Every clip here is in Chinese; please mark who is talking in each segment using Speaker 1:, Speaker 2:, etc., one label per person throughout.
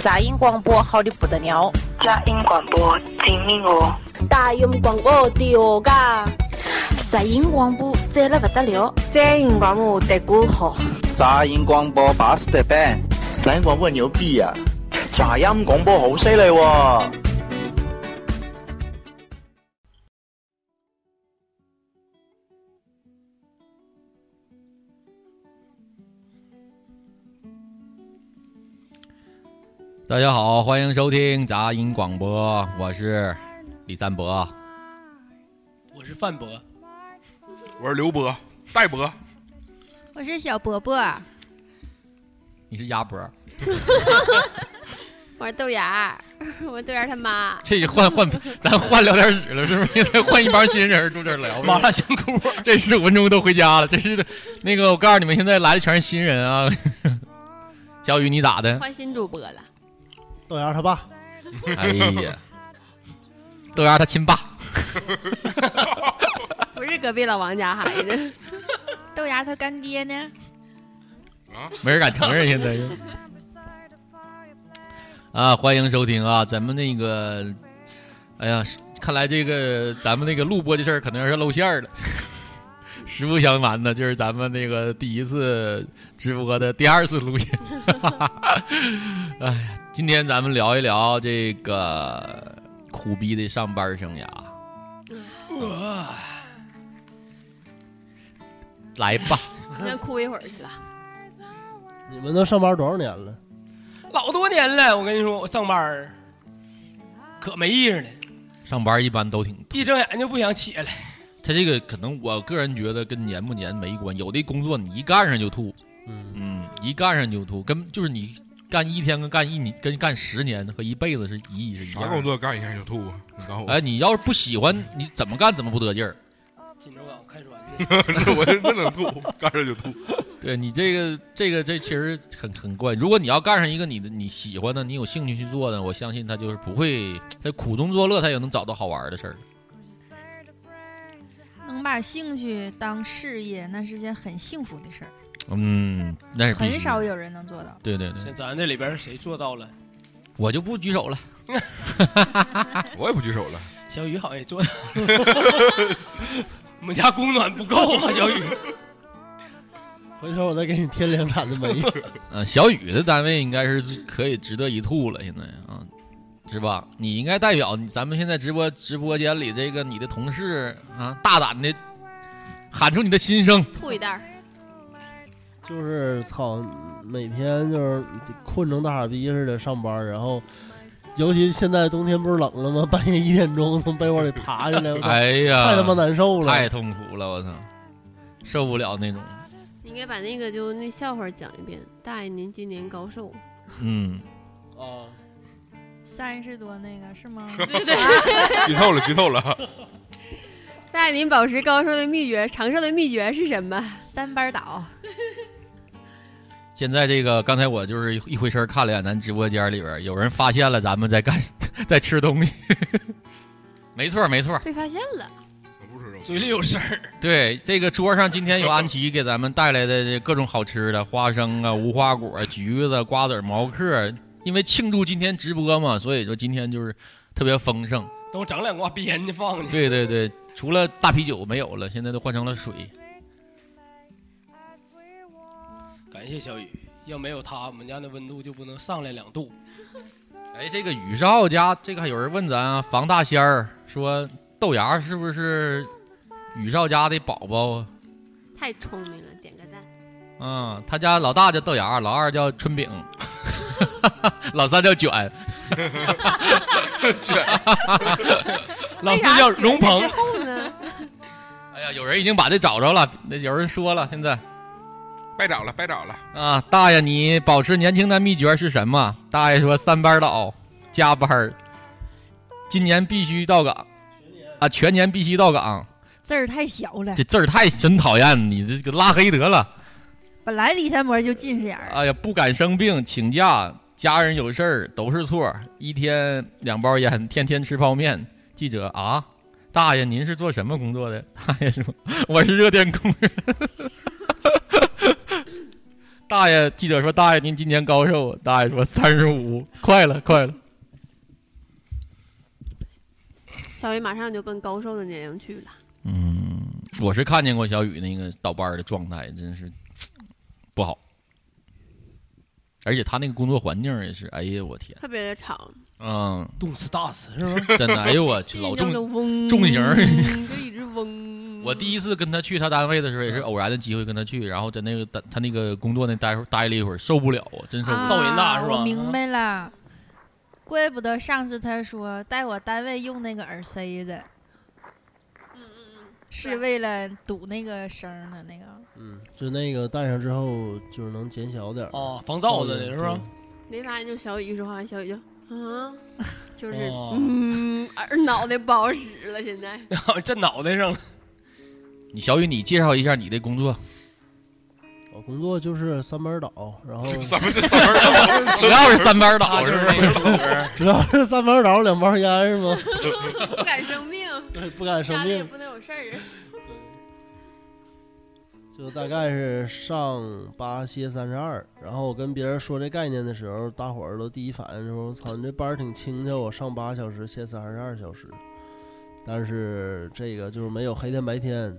Speaker 1: 杂音广播好的不得了，
Speaker 2: 佳音广播精明哦，
Speaker 3: 大音广播的哦嘎，
Speaker 4: 杂音广播赞了不得了，
Speaker 5: 杂音广播的歌好，
Speaker 6: 杂音广播巴适的板，
Speaker 7: 杂音广播牛逼啊，杂音广播好犀利喎。
Speaker 8: 大家好，欢迎收听杂音广播，我是李三博。
Speaker 9: 我是范博，
Speaker 10: 我是刘博，戴博，
Speaker 11: 我是小伯伯，
Speaker 8: 你是鸭脖，
Speaker 11: 我是豆芽儿， 我是豆芽儿他妈。
Speaker 8: 这换换咱换聊天室了，是不是？再换一帮新人住这儿 聊
Speaker 9: 麻
Speaker 8: 吧。
Speaker 9: 辣香锅，
Speaker 8: 这十五分钟都回家了，真是的。那个，我告诉你们，现在来的全是新人啊。 小雨，你咋的？
Speaker 11: 换新主播了，
Speaker 12: 豆芽他爸，
Speaker 8: 哎呀，豆芽他亲爸，
Speaker 11: 不是隔壁老王家孩 子。豆芽他干爹呢？
Speaker 8: 没人敢承认，现在是。啊，欢迎收听啊，咱们那个，哎呀，是看来这个咱们那个录播这事儿可能要是露馅儿了。 实不相瞒呢，就是咱们那个第一次直播的第二次录音。 哎呀，今天咱们聊一聊这个苦逼的上班生涯。来吧，
Speaker 11: 那哭一会儿去了。
Speaker 12: 你们都上班多少年了？
Speaker 9: 老多年了。我跟你说，我上班儿可没意思了，
Speaker 8: 上班一般都挺
Speaker 9: 一睁眼就不想起来了。
Speaker 8: 他这个可能我个人觉得跟年不年没关系，有的工作你一干上就吐，
Speaker 12: 嗯，
Speaker 8: 嗯，一干上就吐，跟就是你干一天跟干一年跟干十年和一辈子是一是一
Speaker 10: 啥
Speaker 8: 样
Speaker 10: 工
Speaker 8: 的。
Speaker 10: 作干一下就吐啊？你告诉我，
Speaker 8: 哎，你要是不喜欢，你怎么干怎么不得劲儿。
Speaker 9: 紧着吧，我看软 的。
Speaker 10: 我这真能吐，干上就吐。
Speaker 8: 对你这个这个这确实很很怪。如果你要干上一个你的你喜欢的，你有兴趣去做的，我相信他就是不会在苦中作乐，他也能找到好玩的事儿。
Speaker 13: 能把兴趣当事业，那是件很幸福的事儿，
Speaker 8: 嗯，那是必须
Speaker 13: 很少。有人能做到。
Speaker 8: 对对对，
Speaker 9: 像咱这里边儿谁做到了？
Speaker 8: 我就不举手了。
Speaker 10: 我也不举手了，
Speaker 9: 小雨好像也做到了。我们家供暖不够啊，小雨。
Speaker 12: 回头我再给你添两铲子煤。
Speaker 8: 呃，小雨的单位应该是最可以值得一吐了，现在啊，是吧？你应该代表你咱们现在直播直播间里这个你的同事啊，大胆的喊出你的心声。
Speaker 11: 吐一袋儿，
Speaker 12: 就是操，每天就是困成大傻逼似的上班，然后，尤其现在冬天不是冷了吗？ 半夜一点钟从被窝里爬起来，我操
Speaker 8: 哎呀，
Speaker 12: 太他妈难受了。
Speaker 8: 太痛苦了，我操，受不了那种。
Speaker 4: 你应该把那个就那笑话讲一遍。大爷，您今年高寿？
Speaker 8: 嗯，
Speaker 9: 啊，
Speaker 13: 三十多那个是吗？
Speaker 11: 对 对。
Speaker 10: 剧透了，剧透了。
Speaker 11: 大爷，您保持高寿的秘诀，长寿的秘诀是什么？
Speaker 13: 三班倒，
Speaker 8: 现在这个刚才我就是一回身看了眼咱直播间里边，有人发现了咱们在干 在吃东西。 没错，没错，
Speaker 11: 被发现了，
Speaker 10: 我不吃肉，
Speaker 9: 嘴里有声儿，
Speaker 8: 对，这个桌上今天有安琪给咱们带来的这各种好吃的，花生啊、无花果、橘子、瓜子、毛嗑。因为庆祝今天直播嘛，所以说今天就是特别丰盛。
Speaker 9: 等我整两挂鞭子放你。
Speaker 8: 对对对，除了大啤酒没有了，现在都换成了水。
Speaker 9: 感谢小雨，要没有他，我们家那温度就不能上来两度。
Speaker 8: 哎，这个宇少家这个还有人问咱啊，房大仙儿说豆芽是不是哎宇少家的宝宝啊？
Speaker 11: 太聪明了，点个赞。
Speaker 8: 嗯，他家老大叫豆芽，老二叫春饼， 老三叫卷，
Speaker 9: 老四叫荣鹏
Speaker 11: 为啥，后呢？
Speaker 8: 哎呀，有人已经把这找着了，那有人说了，现在
Speaker 10: 别找了，别找了。
Speaker 8: 啊，大爷，你保持年轻的秘诀是什么？大爷说三班倒，加班儿，今年必须到岗，啊，全年必须到岗，
Speaker 13: 字儿太小了。
Speaker 8: 这字儿太真讨厌，你这个拉黑得了。
Speaker 13: 本来李三博就近视眼儿，
Speaker 8: 哎呀，不敢生病，请假，家人有事儿都是错儿，一天两包烟，天天吃泡面。记者啊，大爷，您是做什么工 作的？大爷说，我是热电工人。 大爷，记者说大爷您今年高寿？大爷说三十五，快了快了。
Speaker 4: 小雨马上就奔高寿的年龄去了。
Speaker 8: 嗯，我是看见过小雨那个倒班儿的状态，真是不好。而且他那个工作环境也是，哎呀，我天，
Speaker 4: 特别的长，
Speaker 8: 嗯，
Speaker 9: 动次打次是吧？
Speaker 8: 真的，哎呦我 去，老重
Speaker 4: 就嗡嗯
Speaker 8: 重型儿。
Speaker 4: 就一直嗡。
Speaker 8: 我第一次跟他去他单位的时候，也是偶然的机会跟他去，然后在那个他他那个工作那待会儿待了一会儿，受不了啊，真受不了，
Speaker 13: 我明白了，怪不得上次他说带我单位用那个耳塞的，
Speaker 4: 嗯
Speaker 13: 是为了堵那个声儿的那个。
Speaker 12: 嗯，就那个戴上之后，就是能减小点儿
Speaker 9: 哦防噪的是吧？
Speaker 4: 没发现就小雨一说话，小雨就嗯，就是
Speaker 9: 哦
Speaker 4: 嗯，耳脑袋不好使了，现在。
Speaker 9: 然 后震脑袋上了。
Speaker 8: 你小雨，你介绍一下你的工作？
Speaker 12: 对我工作就是三班倒，然
Speaker 10: 嗯
Speaker 12: 后
Speaker 8: 三班三班 倒主要是三班倒啊是不是
Speaker 12: 主要是三班倒，两包烟是吗？
Speaker 4: 不敢生病，
Speaker 12: 对，不敢生
Speaker 4: 家里也
Speaker 12: 病，
Speaker 4: 不能有事儿。
Speaker 12: 就大概是上八歇三十二。然后我跟别人说这概念的时候，大伙儿都第一反应说：“我操，你这班儿挺轻巧，我上八小时，歇三十二小时。”但是这个就是没有黑天白天，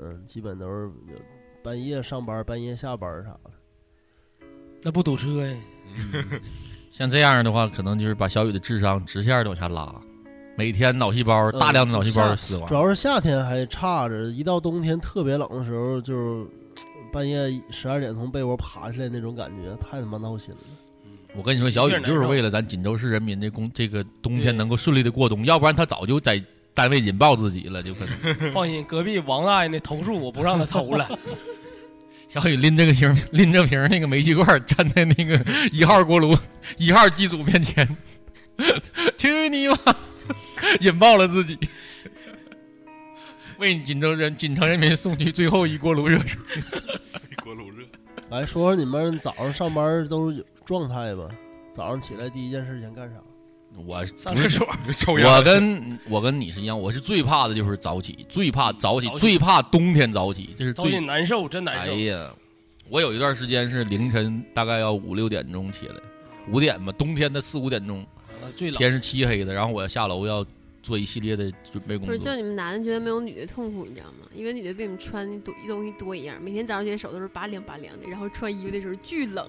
Speaker 12: 嗯，基本都是有半夜上班、半夜下班儿啥的。
Speaker 9: 那不堵 车呀？
Speaker 8: 像这样的话，可能就是把小雨的智商直线的往下拉，每天脑细胞
Speaker 12: 嗯
Speaker 8: 大量的脑细胞
Speaker 12: 夏
Speaker 8: 死亡
Speaker 12: 主。要是夏天还差着，一到冬天特别冷的时候，就是半夜十二点从被窝爬起来那种感觉，太他妈闹心了。
Speaker 8: 我跟你说，小雨就是为了咱锦州市人民的工，这个冬天能够顺利的过冬，要不然他早就在单位引爆自己了，就可能。
Speaker 9: 放心，隔壁王大爷那投诉我不让他投 了。
Speaker 8: 小雨拎着个瓶， 拎着瓶那个煤气罐，站在那 个一号锅炉、一号机组面前， 去你妈！ 引爆了自己，为锦州人、锦城人民送去最后一锅炉热水。
Speaker 10: 一锅卤热，
Speaker 12: 来说说你们早上上班都有状态吧？早上起来第一件事先干啥？
Speaker 8: 我
Speaker 12: 上厕所
Speaker 10: 你抽烟
Speaker 8: 我跟我跟你是一样，我是最怕的就是早起，最怕早起
Speaker 9: 早，起
Speaker 8: 最怕冬天早起，这是
Speaker 9: 早
Speaker 8: 最
Speaker 9: 起难受，真难受。
Speaker 8: 哎呀，我有一段时间是凌晨大概要五六点钟起来，五点吧，冬天的四五点钟，
Speaker 9: 最冷
Speaker 8: 天是漆黑的，然后我下楼要做一系列的准备工
Speaker 4: 不是，就
Speaker 8: 作。
Speaker 4: 你们男的觉得没有女的痛苦，你知道吗？因为女的比你们穿的多东西多一样，每天早上起来手都是拔凉拔凉的，然后穿衣服的时候巨冷，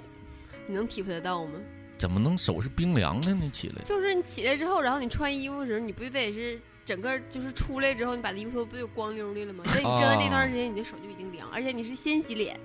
Speaker 4: 你能体会得到吗？
Speaker 8: 怎么能手是冰凉的呢？起来
Speaker 4: 就是你起来之后，然后你穿衣服的时候，你不就得是整个就是出来之后，你把衣服不就光溜溜了吗？那你真的那段时间，你的手就已经凉，而且你是先洗脸，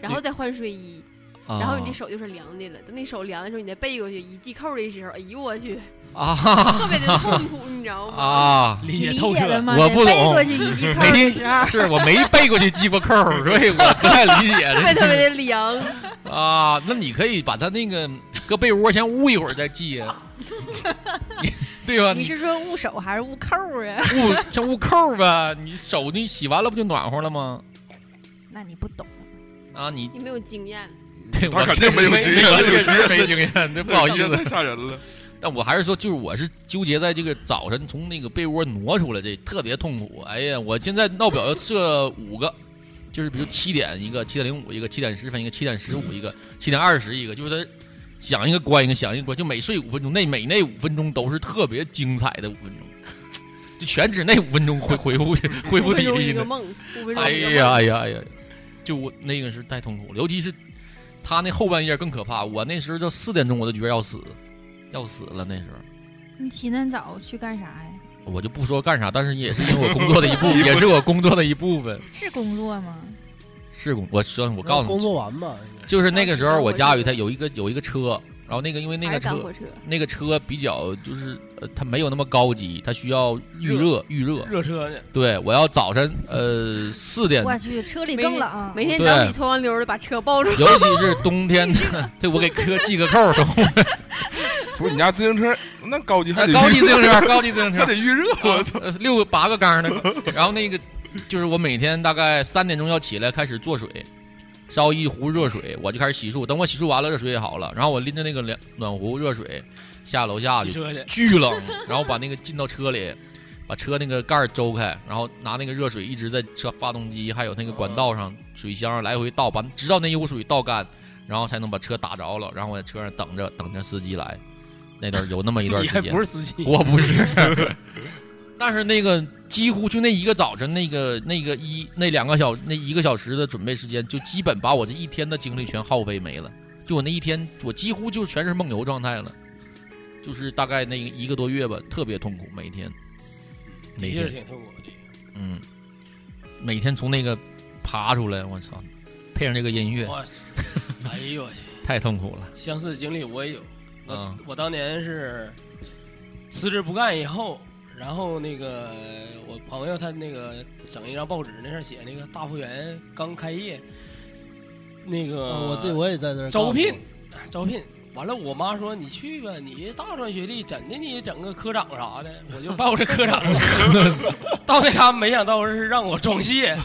Speaker 4: 然后再换睡衣，
Speaker 8: 啊
Speaker 4: 然后你这手就是凉的了。等你手凉的时候，你再背过去一系扣的时候，哎呦我去，
Speaker 8: 啊
Speaker 4: 特别的痛苦，你知道吗？
Speaker 8: 啊，
Speaker 9: 理
Speaker 13: 解透彻理解了吗
Speaker 8: 我不
Speaker 13: 背
Speaker 8: 懂
Speaker 13: 过去一 系扣，儿
Speaker 8: 没
Speaker 13: 的时候
Speaker 8: 是我没背过去系过扣儿，所以我不太理解。
Speaker 4: 特别特别的凉，
Speaker 8: 啊，那你可以把它那个搁被窝先捂一会儿再 系呀，对吧？
Speaker 13: 你是说捂手还是捂扣儿啊？
Speaker 8: 捂像捂扣儿呗，你手你洗完了不就暖和了吗？
Speaker 13: 那你不懂，
Speaker 8: 啊，你
Speaker 4: 你没有经验。
Speaker 8: 对
Speaker 10: 他肯定没有经验
Speaker 8: 我确
Speaker 10: 这
Speaker 8: 实
Speaker 10: 个
Speaker 8: 没经验，对，不好意思，
Speaker 10: 太吓人了。
Speaker 8: 但我还是说，就是我是纠结在这个早晨从那个被窝挪出来，这特别痛苦。哎呀，我现在闹表要设五个，就是比如七点一个，七点零五一个，七点十分一个，七点十五一个，七点二十一个，就是它响一个关一个，响一个关，就每睡五分钟，那每那五分钟都是特别精彩的五分钟，就全指那五分钟恢恢复恢复体
Speaker 4: 五分钟
Speaker 8: 力
Speaker 4: 一个
Speaker 8: 呢。
Speaker 4: 梦，五分钟
Speaker 8: 哎
Speaker 4: 一个梦
Speaker 8: 呀哎呀哎呀！就我那个是太痛苦了，尤其是他那后半夜更可怕。我那时候到四点钟我都觉得要死，要死了那时候。
Speaker 13: 你起那早去干啥呀？
Speaker 8: 我就不说干啥，但是也是因为我工作的一部分， 也是我工作的一部分。
Speaker 13: 是工作吗？
Speaker 8: 是工，我说我告诉
Speaker 12: 工
Speaker 8: 你，
Speaker 12: 作完吧，
Speaker 8: 就是那个时候我家里他有一个有一个车，然后那个因为那
Speaker 4: 还
Speaker 8: 个
Speaker 4: 是赶
Speaker 8: 车
Speaker 4: 火车
Speaker 8: 那个车比较就是呃它没有那么高级，它需要预热预热。
Speaker 9: 热车呢？
Speaker 8: 对，我要早晨呃四
Speaker 12: 嗯
Speaker 8: 点
Speaker 13: 我去，车里更冷，
Speaker 4: 每天
Speaker 8: 对
Speaker 4: 早上你脱完溜儿的把车抱住，
Speaker 8: 尤其是冬天 的，对我给哥系个扣 儿，懂吗？
Speaker 10: 不是你家自行车那哎高级还得
Speaker 8: 呃高级
Speaker 10: 预热
Speaker 8: 自行车，高级自行车
Speaker 10: 还得预热，我操！
Speaker 8: 呃六个八个缸的。然后那个就是我每天大概三点钟要起来开始做水，烧一壶热水，我就开始洗漱。等我洗漱完了，热水也好了，然后我拎着那个凉暖壶热水下楼下
Speaker 9: 骑
Speaker 8: 就
Speaker 9: 车去
Speaker 8: 巨冷，然后把那个进到车里。把车那个盖儿周开，然后拿那个热水一直在车发动机还有那个管道上、水箱上来回倒，把直到那一壶水倒干，然后才能把车打着了，然后我在车上等着等着司机来。那段有那么一段
Speaker 9: 你
Speaker 8: 时
Speaker 9: 还
Speaker 8: 间，
Speaker 9: 不是司 机
Speaker 8: 我不是。但是那个几乎就那一个早晨，那个那个一那两个小那一个小时的准备时间，就基本把我这一天的精力全耗费没了。就我那一天，我几乎就全是梦游状态了，就是大概那一个多月吧，特别痛苦，每天，每
Speaker 9: 的
Speaker 8: 天
Speaker 9: 确是挺痛苦的。
Speaker 8: 嗯，每天从那个爬出来，我操，配上这个音乐，
Speaker 9: 哇 哎呦我去！
Speaker 8: 太痛苦了。
Speaker 9: 相似的经历我也有。我、
Speaker 8: 嗯
Speaker 9: 我当年是辞职不干以后，然后那个我朋友他那个整一张报纸，那上写那个大复原刚开业，那个、
Speaker 12: 啊我这我也在那儿
Speaker 9: 呃招聘
Speaker 12: 干过，
Speaker 9: 招聘。完了，我妈说你去吧，你大专学历，怎的你整个科长啥的，我就报这科长 了。 到那嘎，没想到是让我装卸。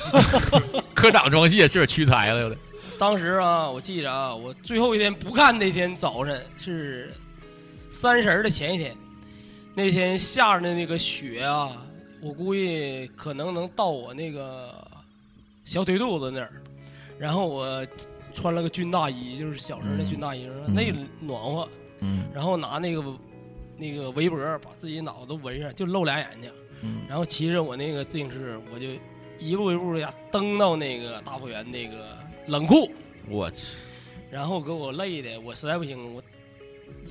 Speaker 8: 科长装卸是有点屈才了，有点。
Speaker 9: 当时啊，我记着啊，我最后一天不干那天早晨是三十儿的前一天，那天下着的那个雪啊，我估计可能能到我那个小腿肚子那儿，然后我穿了个军大衣，就是小时候那军大衣，
Speaker 8: 嗯
Speaker 9: 那暖和，
Speaker 8: 嗯
Speaker 9: 然后拿那个那个围脖把自己脑袋围上，就露俩眼睛，
Speaker 8: 嗯
Speaker 9: 然后骑着我那个自行车，我就一步一步呀蹬到那个大复原那个冷库，
Speaker 8: 我去，
Speaker 9: 然后给我累的，我实在不行，我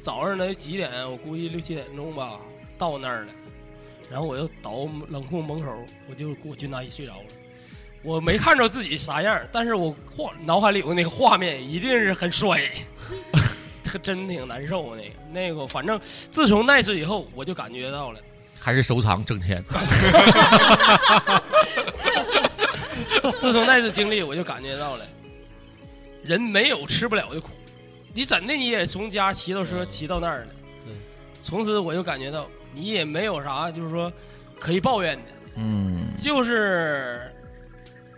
Speaker 9: 早上得几点？啊我估计六七点钟吧，到那儿了。然后我又倒冷库门口，我就给我军大衣睡着了。我没看着自己啥样，但是我画脑海里有那个画面，一定是很衰， 可真挺难受那个那个。反正自从那次以后，我就感觉到了。
Speaker 8: 还是收藏挣 钱。
Speaker 9: 自从那次经历，我就感觉到了，人没有吃不了的苦。你怎的你也从家骑到车骑到那儿了。
Speaker 8: 嗯
Speaker 9: 从此我就感觉到你也没有啥，就是说可以抱怨的，
Speaker 8: 嗯
Speaker 9: 就是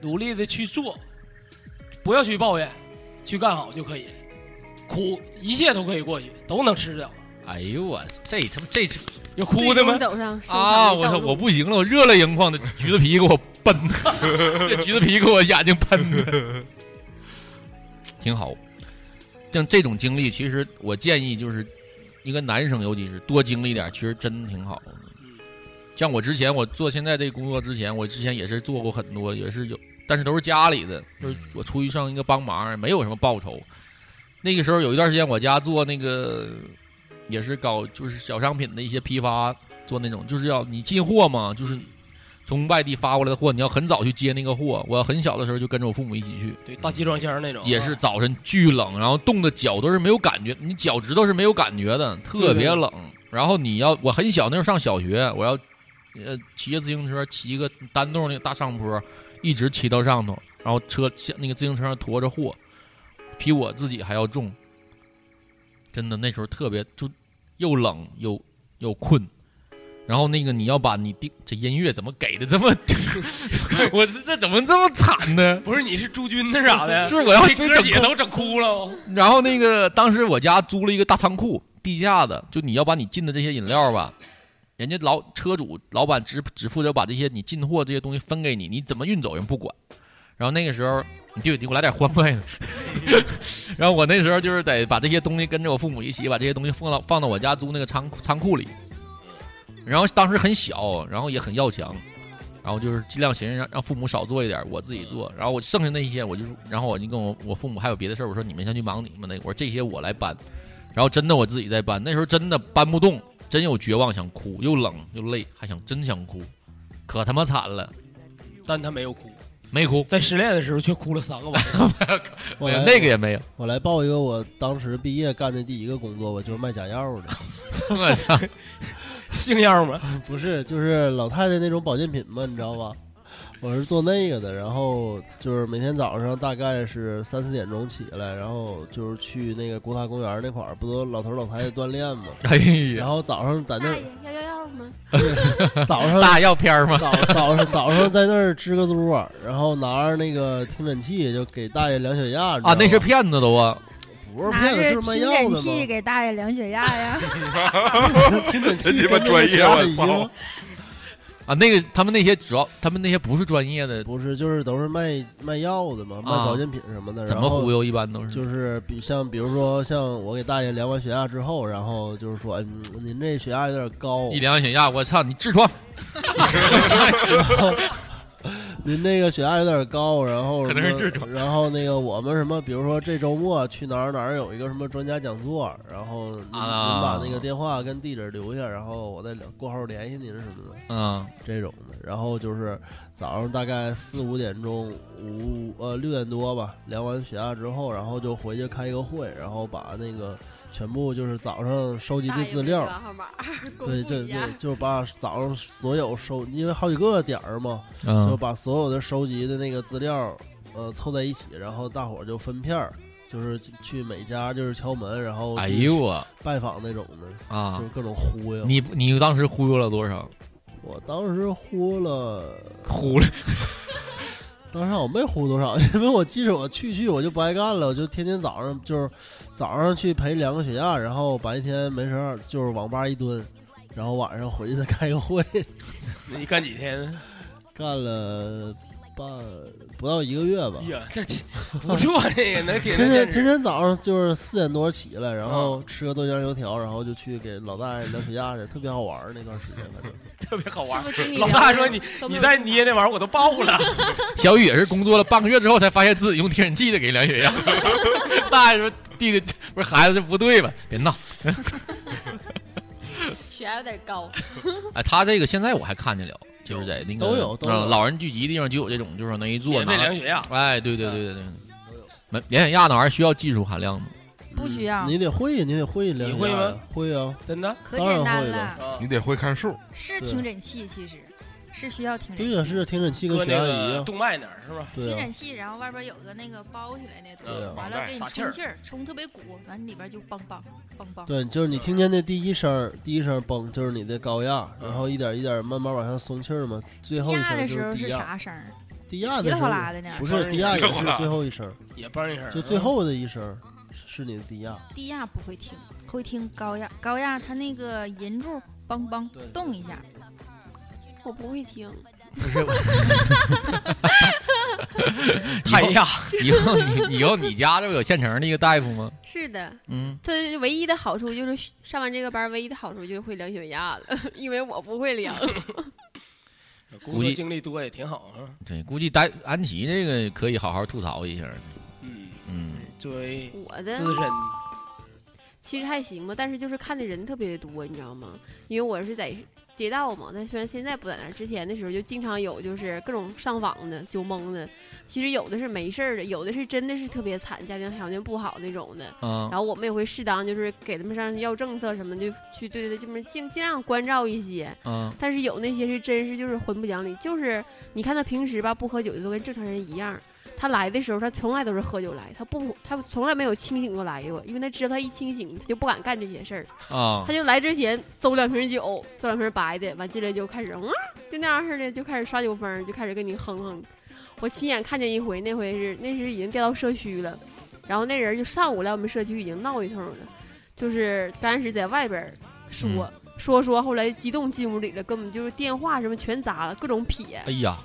Speaker 9: 努力的去做，不要去抱怨，去干好就可以了。苦一切都可以过去，都能吃了。
Speaker 8: 哎呦我这他妈这
Speaker 9: 有哭的吗？
Speaker 4: 最终走上收藏的
Speaker 8: 啊！我
Speaker 4: 道
Speaker 8: 操，
Speaker 4: 路
Speaker 8: 我不行了，我热泪盈眶的橘子皮给我喷的， 这橘子皮给我眼睛喷的， 挺好。像这种经历，其实我建议就是，一个男生尤其是多经历点儿，其实真挺好的。
Speaker 9: 嗯
Speaker 8: 像我之前我做现在这个工作之前，我之前也是做过很多，也是有，但是都是家里的，就是我出去上一个帮忙，没有什么报酬。那个时候有一段时间，我家做那个也是搞就是小商品的一些批发，做那种就是要你进货嘛，就是从外地发过来的货，你要很早去接那个货。我很小的时候就跟着我父母一起去，
Speaker 9: 对，大集装箱那种啊
Speaker 8: 也是早晨巨冷，然后冻的脚都是没有感觉，你脚趾头是没有感觉的，特别冷。然后你要我很小那时候上小学，我要呃骑着自行车骑一个单动那个大上坡，一直骑到上头，然后车下那个自行车上驮着货，比我自己还要重。真的那时候特别就又冷又又困。然后那个你要把你定这音乐怎么给的这么， 我这这怎么这么惨呢？
Speaker 9: 不是你是驻军那啥的，
Speaker 8: 是我要
Speaker 9: 这
Speaker 8: 非
Speaker 9: 哥
Speaker 8: 整
Speaker 9: 姐
Speaker 8: 哭
Speaker 9: 都整哭了。哦
Speaker 8: 然后那个当时我家租了一个大仓库，地下的，就你要把你进的这些饮料吧，人家老车主老板只只负责把这些你进货这些东西分给你，你怎么运走人不管。然后那个时候，你就你给我来点欢麦。 然后我那时候就是得把这些东西跟着我父母一起把这些东西放到放到我家租那个仓库仓库里。然后当时很小，然后也很要强，然后就是尽量寻思让让父母少做一点，我自己做。然后我剩下那一些，我就是，然后我就跟我我父母还有别的事儿，我说你们先去忙你们的，我说这些我来搬。然后真的我自己在搬，那时候真的搬不动，真有绝望，想哭，又冷又累，还想真想哭，可他妈惨了，
Speaker 9: 但他没有哭，
Speaker 8: 没 哭，
Speaker 9: 在失恋的时候却哭了三 个晚上。
Speaker 12: 我
Speaker 8: 没有
Speaker 12: 来
Speaker 8: 那个也没 有。
Speaker 12: 我来报一个我当时毕业干的第一个工作吧，就是卖假 药的。
Speaker 8: 我操，
Speaker 9: 性药吗？
Speaker 12: 不是，就是老太太那种保健品嘛，你知道吧？ 我是做那个的，然后就是每天早上大概是三四点钟起来，然后就是去那个国塔公园那块儿，不都老头老太太锻炼 吗？
Speaker 8: 哎呀
Speaker 12: 然后早上在那儿
Speaker 4: 要要要吗？
Speaker 12: 早上
Speaker 8: 大药片儿吗
Speaker 12: 早早上早上在那儿支个桌儿，然后拿着那个听诊器就给大爷量血压
Speaker 8: 啊， 那是骗子都啊，
Speaker 12: 不是
Speaker 13: 拿
Speaker 12: 骗子，
Speaker 13: 着
Speaker 12: 就是卖
Speaker 13: 听
Speaker 12: 药
Speaker 13: 诊
Speaker 12: 的嘛。
Speaker 13: 器给大 爷量血压呀。
Speaker 12: 听诊器
Speaker 10: 真鸡巴
Speaker 12: 跟那个
Speaker 10: 专业，
Speaker 12: 啥的
Speaker 10: 我
Speaker 12: 一样
Speaker 10: 操！
Speaker 8: 啊，那个他们那些主要，他们那些不是专业的，
Speaker 12: 不是就是都是卖卖药的嘛，卖
Speaker 8: 啊
Speaker 12: 保健品什么的。
Speaker 8: 怎
Speaker 12: 然
Speaker 8: 么
Speaker 12: 后
Speaker 8: 忽悠一般都是
Speaker 12: 就是比像比如说像我给大爷量完血压之后，然后就是说，哎，嗯您这血压有点高，
Speaker 8: 一量血压，我操，你痔疮，
Speaker 12: 您那个血压有点高，然后
Speaker 8: 可能是痔
Speaker 12: 疮。然后那个我们什么，比如说这周末去哪儿哪儿有一个什么专家讲座，然后您,、
Speaker 8: 啊
Speaker 12: 您把那个电话跟地址留下，然后我再聊过后联系您什么的。
Speaker 8: 嗯，
Speaker 12: 这种的。然后就是早上大概四五点钟，五呃六点多吧，量完血压之后，然后就回去开一个会，然后把那个全部就是早上收集的资料，
Speaker 4: 啊号码公
Speaker 12: 对，
Speaker 4: 布
Speaker 12: 这
Speaker 4: 一
Speaker 12: 对
Speaker 4: 下，
Speaker 12: 就是把早上所有收，因为好几个点儿嘛，
Speaker 8: 嗯
Speaker 12: 就把所有的收集的那个资料，呃，凑在一起，然后大伙儿就分片儿，就是去去每家就是敲门，然后
Speaker 8: 哎
Speaker 12: 去
Speaker 8: 呦我
Speaker 12: 拜访那种的
Speaker 8: 啊
Speaker 12: 就是各种忽悠。
Speaker 8: 你你当时忽悠了多少？
Speaker 12: 我当时呼了
Speaker 8: 呼了，
Speaker 12: 当时我没呼多少，因为我记着我去去我就不爱干了，我就天天早上就是早上去陪量个血压，然后白天没事儿就是往吧一蹲，然后晚上回去再开个会，
Speaker 9: 那你干几天？
Speaker 12: 干了半不到一个月吧
Speaker 9: 哎。呀，这不错，这个能给
Speaker 12: 天天
Speaker 9: 人
Speaker 12: 天天早上就是四点多起来，然后吃个豆浆油条，然后就去给老大爷量血压去，特别好玩儿那段时间，反正。
Speaker 9: 特别好 玩
Speaker 12: 是不是跟。你
Speaker 9: 老
Speaker 12: 聊
Speaker 9: 大
Speaker 12: 的
Speaker 9: 说你
Speaker 12: 都没
Speaker 9: 你
Speaker 12: 有
Speaker 9: 再捏那玩意儿，我都爆了。
Speaker 8: 小雨也是工作了半个月之后才发现自己用天然气的给量血压， 大爷说弟弟不是孩子这不对吧？别闹。
Speaker 11: 血压有点高。
Speaker 8: 哎，他这个现在我还看见了，就是在那个
Speaker 12: 都有都有
Speaker 8: 啊老人聚集地方就有这种，就是往那一坐，
Speaker 9: 免费
Speaker 8: 拿
Speaker 9: 量血压
Speaker 8: 哎，对对对对对，没量血压那玩意儿需要技术含量 吗？
Speaker 13: 不需要。
Speaker 12: 嗯你得会，你得会量
Speaker 13: 你
Speaker 12: 血
Speaker 13: 会
Speaker 12: 压
Speaker 13: 吗
Speaker 12: 呀，会啊，
Speaker 9: 真的啊
Speaker 13: 可简单了
Speaker 10: 你得会看数。
Speaker 13: 是听诊器，其实是需要听诊
Speaker 12: 对
Speaker 13: 器。
Speaker 12: 呀，是听诊器跟
Speaker 9: 搁
Speaker 12: 血
Speaker 9: 那
Speaker 12: 压仪
Speaker 9: 个
Speaker 12: 呀，
Speaker 9: 动脉那儿是吧？
Speaker 12: 对
Speaker 13: 听
Speaker 12: 啊
Speaker 13: 诊器，然后外边有个那个包起来那东
Speaker 12: 对啊
Speaker 13: 西，完了
Speaker 9: 绑带
Speaker 13: 给你
Speaker 9: 打气
Speaker 13: 充
Speaker 9: 儿
Speaker 13: 气儿，充特别鼓，完里边就梆梆梆梆。
Speaker 12: 对，就是你听见那第一声儿，第一声儿嘣，就是你的高压，然后一点一点慢慢往上松气儿嘛，最后一
Speaker 13: 压的
Speaker 12: 声
Speaker 13: 时
Speaker 12: 就
Speaker 13: 候
Speaker 12: 低
Speaker 13: 是
Speaker 12: 压。
Speaker 13: 啥声儿？
Speaker 12: 低压
Speaker 13: 稀里
Speaker 12: 的时
Speaker 13: 哗啦的
Speaker 12: 候
Speaker 13: 呢。
Speaker 12: 不是低压，也
Speaker 9: 稀里哗
Speaker 12: 是
Speaker 9: 啦
Speaker 12: 最后一声儿，
Speaker 9: 也嘣一声儿
Speaker 12: 就最后的一声儿是你的低压。
Speaker 13: 低压不会听，会听高压。高压它那个银柱梆梆动一下，
Speaker 4: 我不会听。
Speaker 8: 不是，
Speaker 9: 看一下
Speaker 8: 以后你以 后你家这不有现成的一个大夫吗？
Speaker 4: 是的，
Speaker 8: 嗯，
Speaker 4: 他唯一的好处就是上完这个班，唯一的好处就是会量血压了， 因为我不会量。
Speaker 9: 啊
Speaker 8: 估
Speaker 9: 工作
Speaker 8: 计
Speaker 9: 经历多也挺好啊。
Speaker 8: 对，估计戴安琪这个可以好好吐槽一下。
Speaker 9: 嗯
Speaker 8: 嗯，
Speaker 9: 作为
Speaker 4: 我的
Speaker 9: 资深，
Speaker 4: 其实还行吧，但是就是看的人特别的多，你知道吗？因为我是在街道嘛，但虽然现在不在那儿，之前的时候就经常有就是各种上访的、酒蒙的。其实有的是没事儿的，有的是真的是特别惨，家庭条件不好那种的。
Speaker 8: 嗯
Speaker 4: 然后我们也会适当就是给他们上要政策什么的，就去对他这么尽尽量关照一些。
Speaker 8: 嗯
Speaker 4: 但是有那些是真是就是混不讲理，就是你看他平时吧不喝酒就都跟正常人一样，他来的时候他从来都是喝酒来，他不他从来没有清醒过来过，因为他知道他一清醒他就不敢干这些事儿，
Speaker 8: 啊
Speaker 4: 他就来之前搜两瓶酒，搜两瓶白的，完进来就开始嗯啊就那样似的就开始刷酒疯，就开始跟你哼哼。我亲眼看见一回，那回是那时已经调到社区了，然后那人就上午来我们社区已经闹一通了，就是刚开始在外边儿说。说说，后来激动进屋里了，根本就是电话什么全砸了，各种撇。
Speaker 8: 哎呀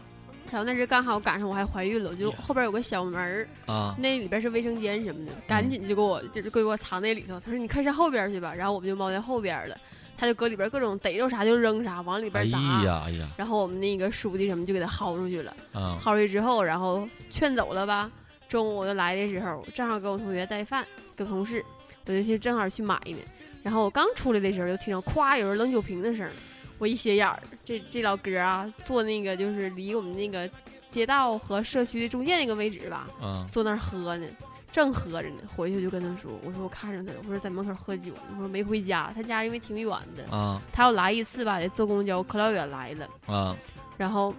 Speaker 4: 然后那时刚好赶上我还怀孕了，我就后边有个小门儿，
Speaker 8: 啊，
Speaker 4: 那里边是卫生间什么
Speaker 8: 嗯
Speaker 4: 的，赶紧就给我就是给我藏那里头。他说你快上后边去吧，然后我们就猫在后边了。他就搁里边各种逮着啥就扔啥，往里
Speaker 8: 哎
Speaker 4: 边啊砸。
Speaker 8: 呀哎呀
Speaker 4: 然后我们那个书记什么就给他薅出去了，
Speaker 8: 啊
Speaker 4: 薅出去之后，然后劝走了吧。中午我就来的时候，正好给我同学带饭，给同事，我就去正好去买呢。然后我刚出来的时候，就听着咵有人扔酒瓶的声儿，我一斜眼儿，这这老哥啊，坐那个就是离我们那个街道和社区的中间那个位置吧，
Speaker 8: 啊
Speaker 4: 坐那儿喝呢，正喝着呢。回去就跟他说，我说我看上他了，我说在门口喝酒，我说没回家，他家因为挺远的，
Speaker 8: 啊
Speaker 4: 他要来一次吧，得坐公交，可老远来了。
Speaker 8: 啊
Speaker 4: 然后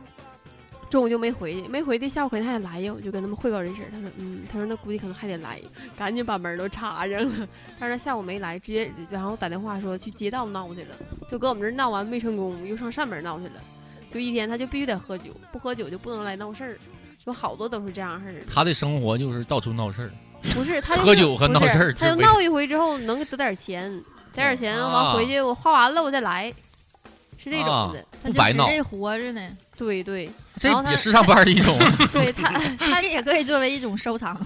Speaker 4: 中午就没回去，没回去，下午可能还得来呀，我就跟他们汇报这事儿。他说，嗯，他说那估计可能还得来，赶紧把门儿都插上了。他说他下午没来，直接然后打电话说去街道闹去了，就搁我们这儿闹完没成功，又上上面闹去了。就一天他就必须得喝酒，不喝酒就不能来闹事儿。有好多都是这样式儿的，
Speaker 8: 他的生活就是到处闹事儿。
Speaker 4: 不是他就
Speaker 8: 喝酒和
Speaker 4: 不是
Speaker 8: 闹事儿
Speaker 4: 他就
Speaker 8: 这不
Speaker 4: 闹一回之后能得点儿钱，得点儿钱
Speaker 8: 啊
Speaker 4: 完回去我花完了我再来，是这种的，
Speaker 8: 啊
Speaker 13: 他
Speaker 8: 不
Speaker 13: 就
Speaker 8: 白
Speaker 13: 只
Speaker 8: 闹
Speaker 13: 是活着 呢。
Speaker 4: 对 对，
Speaker 8: 这
Speaker 4: 然后他
Speaker 8: 也是上班的一 种
Speaker 4: 对他，
Speaker 13: 他也可以作为一种收 藏。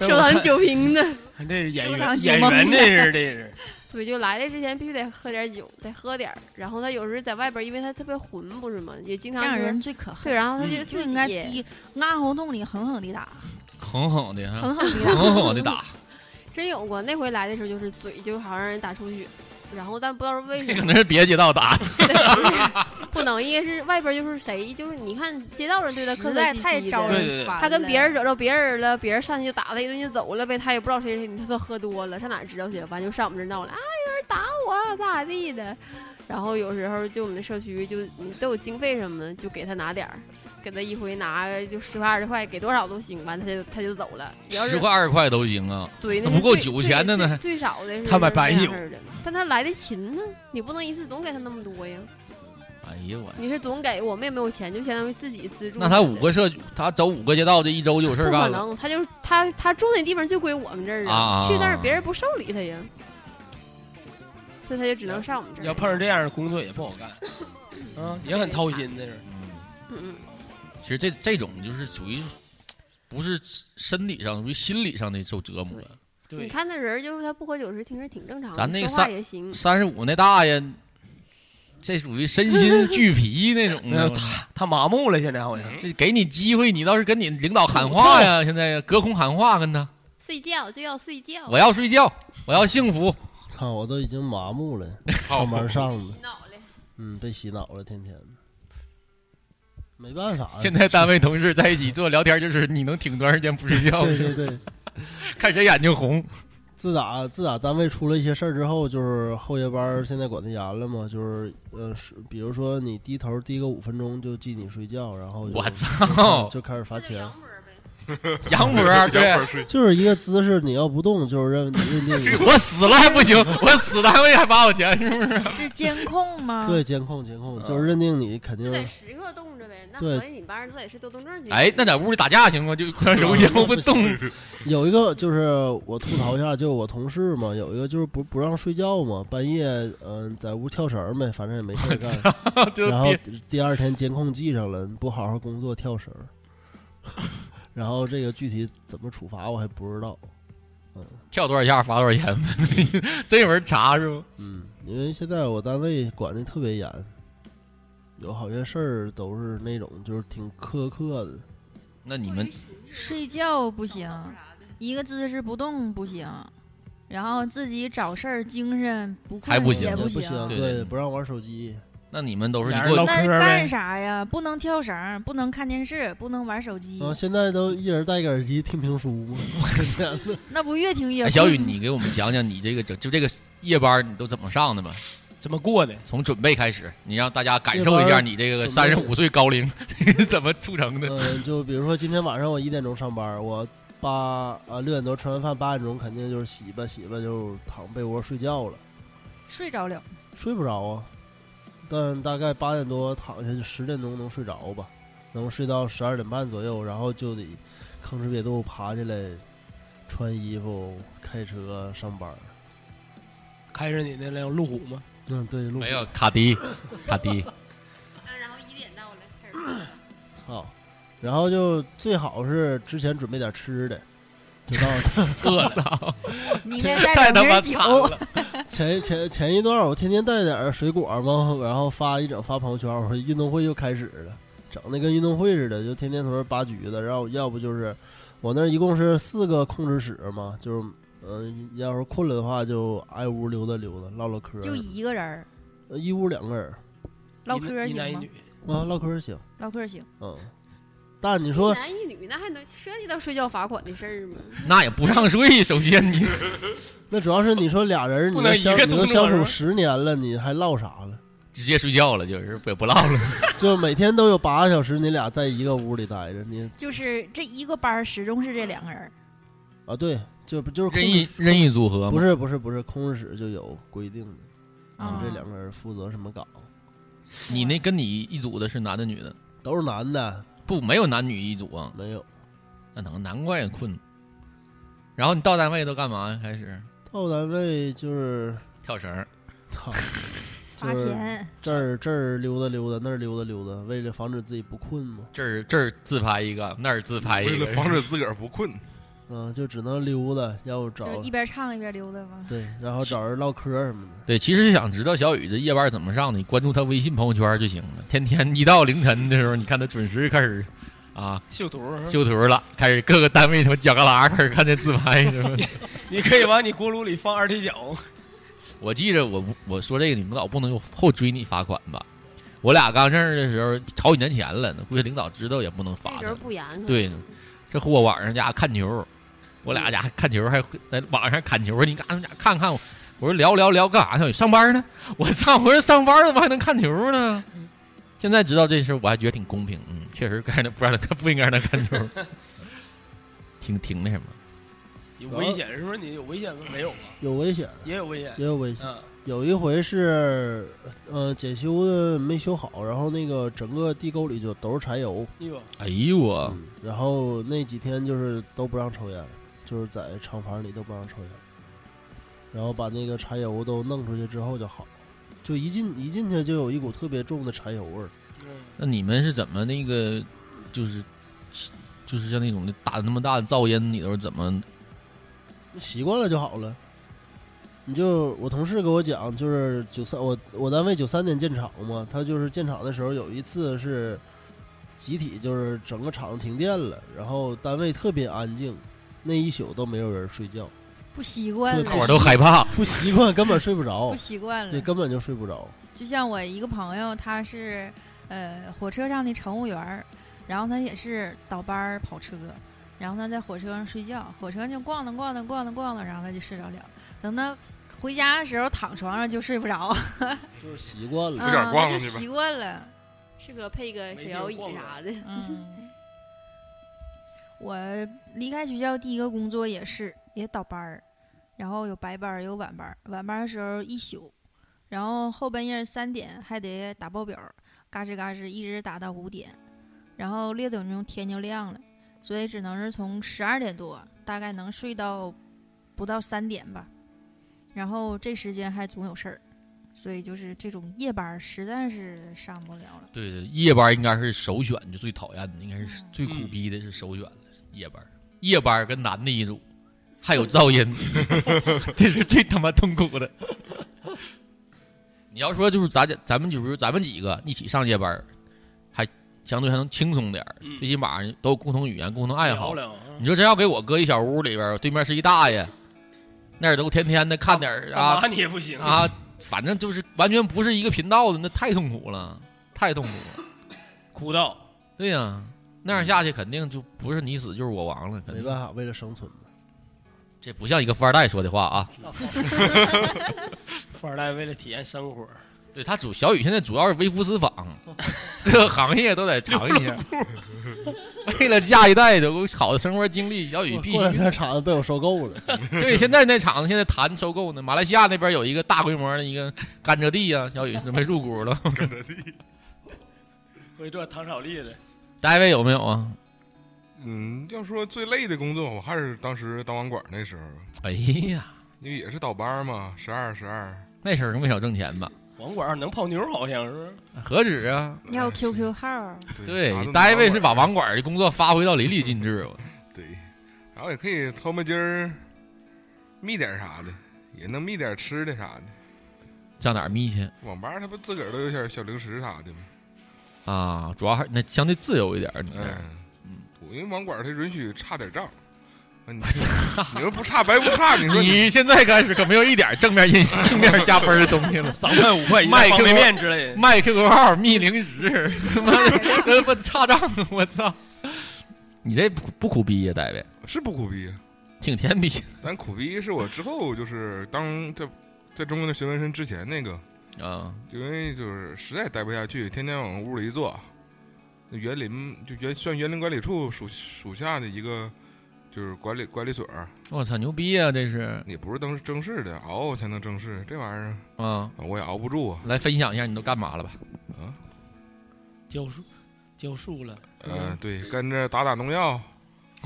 Speaker 4: 收藏酒瓶子，
Speaker 9: 这是演
Speaker 13: 收
Speaker 9: 员
Speaker 13: 藏
Speaker 9: 演
Speaker 13: 酒
Speaker 9: 员
Speaker 13: 蒙
Speaker 9: 这
Speaker 13: 的
Speaker 9: 是这是，
Speaker 4: 对，就来的之前必须得喝点酒，得喝点儿。然后他有时候在外边儿，因为他特别混，不是吗？也经
Speaker 13: 这
Speaker 4: 常
Speaker 13: 样
Speaker 4: 就是
Speaker 13: 人最可恨。
Speaker 4: 对，然后他就
Speaker 13: 就
Speaker 4: 自
Speaker 13: 应该
Speaker 4: 己
Speaker 13: 滴按喉洞里狠狠地打。
Speaker 8: 狠狠的，
Speaker 13: 狠狠地打
Speaker 8: 狠狠的打，
Speaker 4: 真有过，那回来的时候就是嘴就好像让人打出血，然后但不知道是为什
Speaker 8: 可
Speaker 4: 么
Speaker 8: 能，是别街道打，
Speaker 4: 不能，应该是外边就是谁，就是你看街道人对他 可
Speaker 13: 实在
Speaker 4: 气
Speaker 13: 太
Speaker 4: 息
Speaker 13: 招
Speaker 4: 的
Speaker 13: 人对对对烦
Speaker 4: 他跟别
Speaker 13: 了
Speaker 4: 人惹着别人了，别人上去就打他一顿就走了呗，他也不知道谁是谁，他都喝多了，上哪儿知道去？完就上我们这儿闹了啊，有人打我咋地的。然后有时候就我们社区就你都有经费什么的，就给他拿点儿，给他一回拿就十块二十块，给多少都行。完他就他就走了。你要是
Speaker 8: 十块二十块都行啊，
Speaker 4: 对，
Speaker 8: 那
Speaker 4: 是
Speaker 8: 不够
Speaker 4: 最
Speaker 8: 酒钱的呢。
Speaker 4: 最最少的是
Speaker 8: 他
Speaker 4: 就
Speaker 8: 买
Speaker 4: 是
Speaker 8: 白
Speaker 4: 这
Speaker 8: 酒
Speaker 4: 样式的，但他来的勤呢，你不能一次总给他那么多呀。
Speaker 8: 哎呀我，
Speaker 4: 你是总给，我们也没有钱，就相当于自己资助。
Speaker 8: 那他五个社区，他走五个街道，这一周就有事
Speaker 4: 不
Speaker 8: 儿
Speaker 4: 可
Speaker 8: 干了。
Speaker 4: 能，他就是他他住那地方就归我们这儿
Speaker 8: 啊
Speaker 4: 去那儿别人不受理他呀，所以他就只能上我们这儿。
Speaker 9: 要碰上这样的工作也不好干，啊，也很操心的是。
Speaker 4: 嗯嗯，
Speaker 8: 其实这这种就是属于不是身体上，属于心理上的受折磨。
Speaker 4: 你看那人儿就是他不喝酒是挺是挺正常的，
Speaker 8: 咱那个
Speaker 4: 说话
Speaker 8: 三
Speaker 4: 也行。
Speaker 8: 三十五那大爷，这属于身心俱疲那种
Speaker 9: 那
Speaker 8: 的。
Speaker 9: 他他麻木了，现在好像
Speaker 8: 给你机会，你倒是跟你领导喊话呀！现在隔空喊话跟他，
Speaker 4: 睡觉就要睡觉，
Speaker 13: 哦
Speaker 8: 我要睡觉，我要幸福。
Speaker 12: 操，我都已经麻木了，上班上的，嗯，被洗脑了，天天的，没办法。啊
Speaker 8: 现在单位同事在一起坐聊天，就是你能挺多长时间不睡觉？
Speaker 12: 对
Speaker 8: 是吧
Speaker 12: 对对，
Speaker 8: 看谁眼睛 红。
Speaker 12: 自打自打单位出了一些事儿之后，就是后夜班儿现在管得严了嘛，就是呃，是比如说你低头低个五分钟就记你睡觉，然后就
Speaker 8: 我操
Speaker 12: 就开始罚钱。
Speaker 8: 羊膜儿对羊膜儿睡
Speaker 12: 就是一个姿势，你要不动就是 认认定你
Speaker 8: 我死了还不行，我死单位还罚我钱，是不是？
Speaker 13: 是监控 吗？
Speaker 12: 对，监控监控，
Speaker 8: 啊
Speaker 12: 就是认定你肯定
Speaker 4: 就得时刻冻着呗。那
Speaker 12: 对
Speaker 4: 合计你班人都得是多动症去。
Speaker 8: 哎，那在屋里打架行吗？就光揉肩不动。
Speaker 12: 有一个就是我吐槽一下，就是我同事嘛，有一个就是不不让睡觉嘛，半夜嗯、呃在屋跳绳儿呗，反正也没事儿
Speaker 8: 就
Speaker 12: 干，然后
Speaker 8: 别
Speaker 12: 第二天监控记上了，你不好好工作跳绳儿， 然后这个具体怎么处罚我还不知道，嗯，
Speaker 8: 跳多少下罚多少钱呗， 真有人查是不？
Speaker 12: 嗯，因为现在我单位管的特别严，有好些事儿都是那种就是挺苛刻的，
Speaker 8: 那你们
Speaker 13: 睡觉不行，一个姿势不动不行，然后自己找事儿，精神不困
Speaker 8: 还不行
Speaker 13: 也
Speaker 8: 不
Speaker 13: 行。
Speaker 8: 对
Speaker 12: 对，不让玩手机。
Speaker 8: 那你们都是你
Speaker 12: 俩
Speaker 8: 给
Speaker 12: 人
Speaker 8: 我哎
Speaker 12: 唠嗑
Speaker 13: 那
Speaker 12: 呗
Speaker 13: 干啥呀？不能跳绳，不能看电视，不能玩手机
Speaker 12: 然，后现在都一人戴个耳机听评书嘛，
Speaker 13: 那不越听越困
Speaker 8: 哎，小雨，你给我们讲讲你这个整就这个夜班你都怎么上的吧？
Speaker 9: 怎么过的？
Speaker 8: 从准备开始，你让大家感
Speaker 12: 夜
Speaker 8: 受一下
Speaker 12: 班
Speaker 8: 你这个
Speaker 12: 准
Speaker 8: 三
Speaker 12: 备
Speaker 8: 十五岁高龄怎么促成的。
Speaker 12: 嗯，就比如说今天晚上我一点钟上班，我八啊六点多吃完饭，八点钟肯定就是洗吧洗吧就躺被窝睡觉了，
Speaker 13: 睡着了。
Speaker 12: 睡不着啊。但大概八点多躺下去，十点钟能睡着吧，能睡到十二点半左右，然后就得吭哧瘪肚爬起来，穿衣服，开车上班。
Speaker 9: 开着你那辆路虎吗？
Speaker 12: 嗯，对，路
Speaker 8: 没有卡迪，卡迪，
Speaker 4: 啊
Speaker 12: 操，啊然后就最好是之前准备点吃的，就到
Speaker 8: 饿了
Speaker 13: 你 应该带两瓶酒。
Speaker 12: 前前前一段我天天带点儿水果嘛，然后发一整发朋友圈，我说运动会又开始了，整的跟运动会似的，就天天从这儿扒橘子，然后要不就是我那儿一共是四个控制室嘛，就是嗯、要是困了的话就挨屋溜达溜达，唠唠嗑儿，
Speaker 13: 就一个人儿
Speaker 12: 呃一屋两个人儿
Speaker 13: 唠嗑儿
Speaker 9: 一男
Speaker 13: 行
Speaker 9: 一
Speaker 13: 吗
Speaker 9: 女？
Speaker 12: 啊，唠嗑儿行，
Speaker 13: 唠嗑儿行。
Speaker 12: 嗯，但你说
Speaker 4: 一男一女，那还能涉及到睡觉罚款的事儿吗？
Speaker 8: 那也不让睡。首先你
Speaker 12: 那主要是你说俩人儿，你
Speaker 8: 不能
Speaker 12: 都
Speaker 8: 一
Speaker 12: 相
Speaker 8: 个
Speaker 12: 你
Speaker 8: 动
Speaker 12: 都相
Speaker 8: 作是
Speaker 12: 处
Speaker 8: 吧
Speaker 12: 十年了，你还唠啥了？
Speaker 8: 直接睡觉了，就是不不唠了。
Speaker 12: 就每天都有八个小时，你俩在一个屋里待着，你
Speaker 13: 就是这一个班儿始终是这两个人儿，
Speaker 12: 啊，对，就不就是控
Speaker 8: 任意
Speaker 12: 制
Speaker 8: 任意组合吗
Speaker 12: 不是不是不是，控制室就有规定的，就
Speaker 13: 啊
Speaker 12: 这两个人负责什么岗，
Speaker 8: 你那跟你一组的是男的女的？
Speaker 12: 都是男的。
Speaker 8: 不，没有男女一组啊。
Speaker 12: 没有。
Speaker 8: 那能难怪困。然后你到单位都干嘛呀？开始
Speaker 12: 到单位就是
Speaker 8: 跳绳儿。
Speaker 12: 操，
Speaker 13: 罚
Speaker 12: 就是
Speaker 13: 钱。
Speaker 12: 这儿这儿溜达溜达，那儿溜达溜达，为了防止自己不困嘛。
Speaker 8: 这儿这儿自拍一个，那儿自拍一个，
Speaker 10: 为了防止自个儿不困。
Speaker 12: 嗯，就只能溜达，要不找
Speaker 13: 就是一边唱一边溜达嘛。
Speaker 12: 对，然后找人唠嗑什么的。
Speaker 8: 对，其实想知道小雨这夜班怎么上的，你关注他微信朋友圈就行了。天天一到凌晨的时候，你看他准时开始啊
Speaker 9: 秀图儿
Speaker 8: 修图了，开始各个单位什么脚旮旯开始看这自拍什么的。
Speaker 9: 你可以往你锅炉里放二踢脚，
Speaker 8: 我记着我我说这个，你们老不能后追你罚款吧？我俩刚认识的时候，好几年前了，那估计领导知道也不能罚
Speaker 4: 那时
Speaker 8: 他
Speaker 4: 候。不严可能
Speaker 8: 对，这货晚上家看球，我俩家看球还在网上看球，我说你干啥看看我？我说聊聊聊干啥？小雨上班呢？我上我说上班怎么还能看球呢？现在知道这事儿，我还觉得挺公平。嗯，确实该让他不让他看，不应该让他看球， 挺挺那什么。
Speaker 9: 有危险是不是？你有危险吗？没有吧？
Speaker 12: 有危险，
Speaker 9: 也有危险，
Speaker 12: 也有危险
Speaker 9: 嗯。
Speaker 12: 有一回是，呃，检修的没修好，然后那个整个地沟里就都是柴油，
Speaker 9: 哎呦，
Speaker 8: 哎呦我，
Speaker 12: 嗯然后那几天就是都不让抽烟，就是在厂房里都不让抽烟，然后把那个柴油都弄出去之后就好，就一进一进去就有一股特别重的柴油味儿。
Speaker 9: 嗯
Speaker 8: 那你们是怎么那个，就是就是像那种打那么大的噪音，你都是怎么？
Speaker 12: 习惯了就好了。你就我同事给我讲，就是九三，我我单位九三年建厂嘛，他就是建厂的时候有一次是集体，就是整个厂子停电了，然后单位特别安静，那一宿都没有人睡觉，
Speaker 13: 不习惯了，
Speaker 12: 大
Speaker 8: 伙儿都害怕
Speaker 12: 不习惯根本睡不 着，
Speaker 13: 不习惯了
Speaker 12: 对，根本就睡不着。
Speaker 13: 就像我一个朋友，他是呃火车上的乘务员儿，然后他也是倒班儿跑车，然后他在火车上睡觉，火车上就逛荡逛荡逛荡逛荡，然后他就睡着了。等他回家的时候躺床上就睡不着，啊
Speaker 12: 就是习惯
Speaker 10: 自个儿
Speaker 13: 他
Speaker 10: 逛
Speaker 13: 就
Speaker 10: 去
Speaker 13: 习
Speaker 10: 吧。
Speaker 13: 惯了。
Speaker 4: 适合配个小摇椅啥的。
Speaker 13: 嗯，我离开学校第一个工作也是也倒班儿，然后有白班儿，有晚班儿。晚班儿的时候一宿，然后后半夜三点还得打报表儿，嘎吱嘎吱一直打到五点，然后六点钟天就亮了，所以只能是从十二点多大概能睡到不到三点吧。然后这时间还总有事儿，所以就是这种夜班儿实在是上不了了。
Speaker 8: 对对，夜班应该是首选，就最讨厌的，应该
Speaker 9: 嗯
Speaker 8: 是最苦逼的是首选的夜班。夜班跟男的一组，还有噪音，这是最他妈痛苦的。你要说就是咱家咱们就是咱们几个一起上夜班，还相对还能轻松点儿，最起码都有共同语言、共同爱好。
Speaker 9: 嗯聊聊嗯
Speaker 8: 你说真要给我搁一小屋里边儿，对面是一大爷，那儿都天天的看点儿啊，
Speaker 9: 干嘛你也不行
Speaker 8: 啊，反正就是完全不是一个频道的，那太痛苦了，太痛苦了，
Speaker 9: 苦到。
Speaker 8: 对呀、那样下去肯定就不是你死就是我亡了，肯
Speaker 12: 没
Speaker 8: 定
Speaker 12: 办法，为了生存嘛。
Speaker 8: 这不像一个富二代说的话啊。
Speaker 9: 富二代为了体验生活，
Speaker 8: 对他主小雨现在主要是微服私访，各个行业都得尝一下。为了下一代有个好的生活经历，小雨必须
Speaker 12: 过两天厂子被我收购了，
Speaker 8: 对，现在那厂子现在谈收购呢，马来西亚那边有一个大规模的一个甘蔗地啊，小雨准备入股了。 甘蔗地，
Speaker 9: 会做糖炒栗子，
Speaker 8: 大卫有没有啊？
Speaker 10: 嗯，要说最累的工作，我还是当时当网管那时候。
Speaker 8: 哎呀，
Speaker 10: 因为也是倒班嘛，十二十二。
Speaker 8: 那时候没少挣钱吧？
Speaker 9: 网管能泡妞，好像是
Speaker 8: 何止啊！
Speaker 10: 哎
Speaker 13: 你还有 QQ 号啊儿，
Speaker 8: 对
Speaker 10: 啥都，能
Speaker 8: 大卫是把网管的工作发挥到淋漓尽致。
Speaker 10: 对，然后也可以偷摸今儿觅点啥的，也能觅点吃的啥的。
Speaker 8: 上哪儿眯去
Speaker 10: 网吧他不自个儿都有点小零食啥的吗？
Speaker 8: 啊？主要还那相对自由一点儿，你那儿
Speaker 10: 哎我因为网管他允许差点账。啊 你你说不差白不差，你说
Speaker 8: 你现在开始可没有一点正面印 正面加分的东西了，
Speaker 9: 三块五块一袋
Speaker 8: 卖
Speaker 9: 方
Speaker 8: QQ
Speaker 9: 便面之类的
Speaker 8: 卖 QQ 号、觅零食，他妈的不差账，我操！你这不不苦逼呀，大卫？
Speaker 10: 是不苦逼呀，
Speaker 8: 挺甜逼。
Speaker 10: 但苦逼是我之后就是当在在中国的学纹身之前那个
Speaker 8: 啊，
Speaker 10: 因为就是实在待不下去，天天往屋里一坐。那园林就园算园林管理处属属下的一个就是管理管理所儿，
Speaker 8: 我操，牛逼啊呀！这是
Speaker 10: 也不是正正式的，熬才能正式，这玩意儿
Speaker 8: 啊，
Speaker 10: 我也熬不住啊。
Speaker 8: 来分享一下你都干嘛了吧？
Speaker 10: 啊，
Speaker 9: 教书教书了。
Speaker 10: 呃，对，跟着打打农药，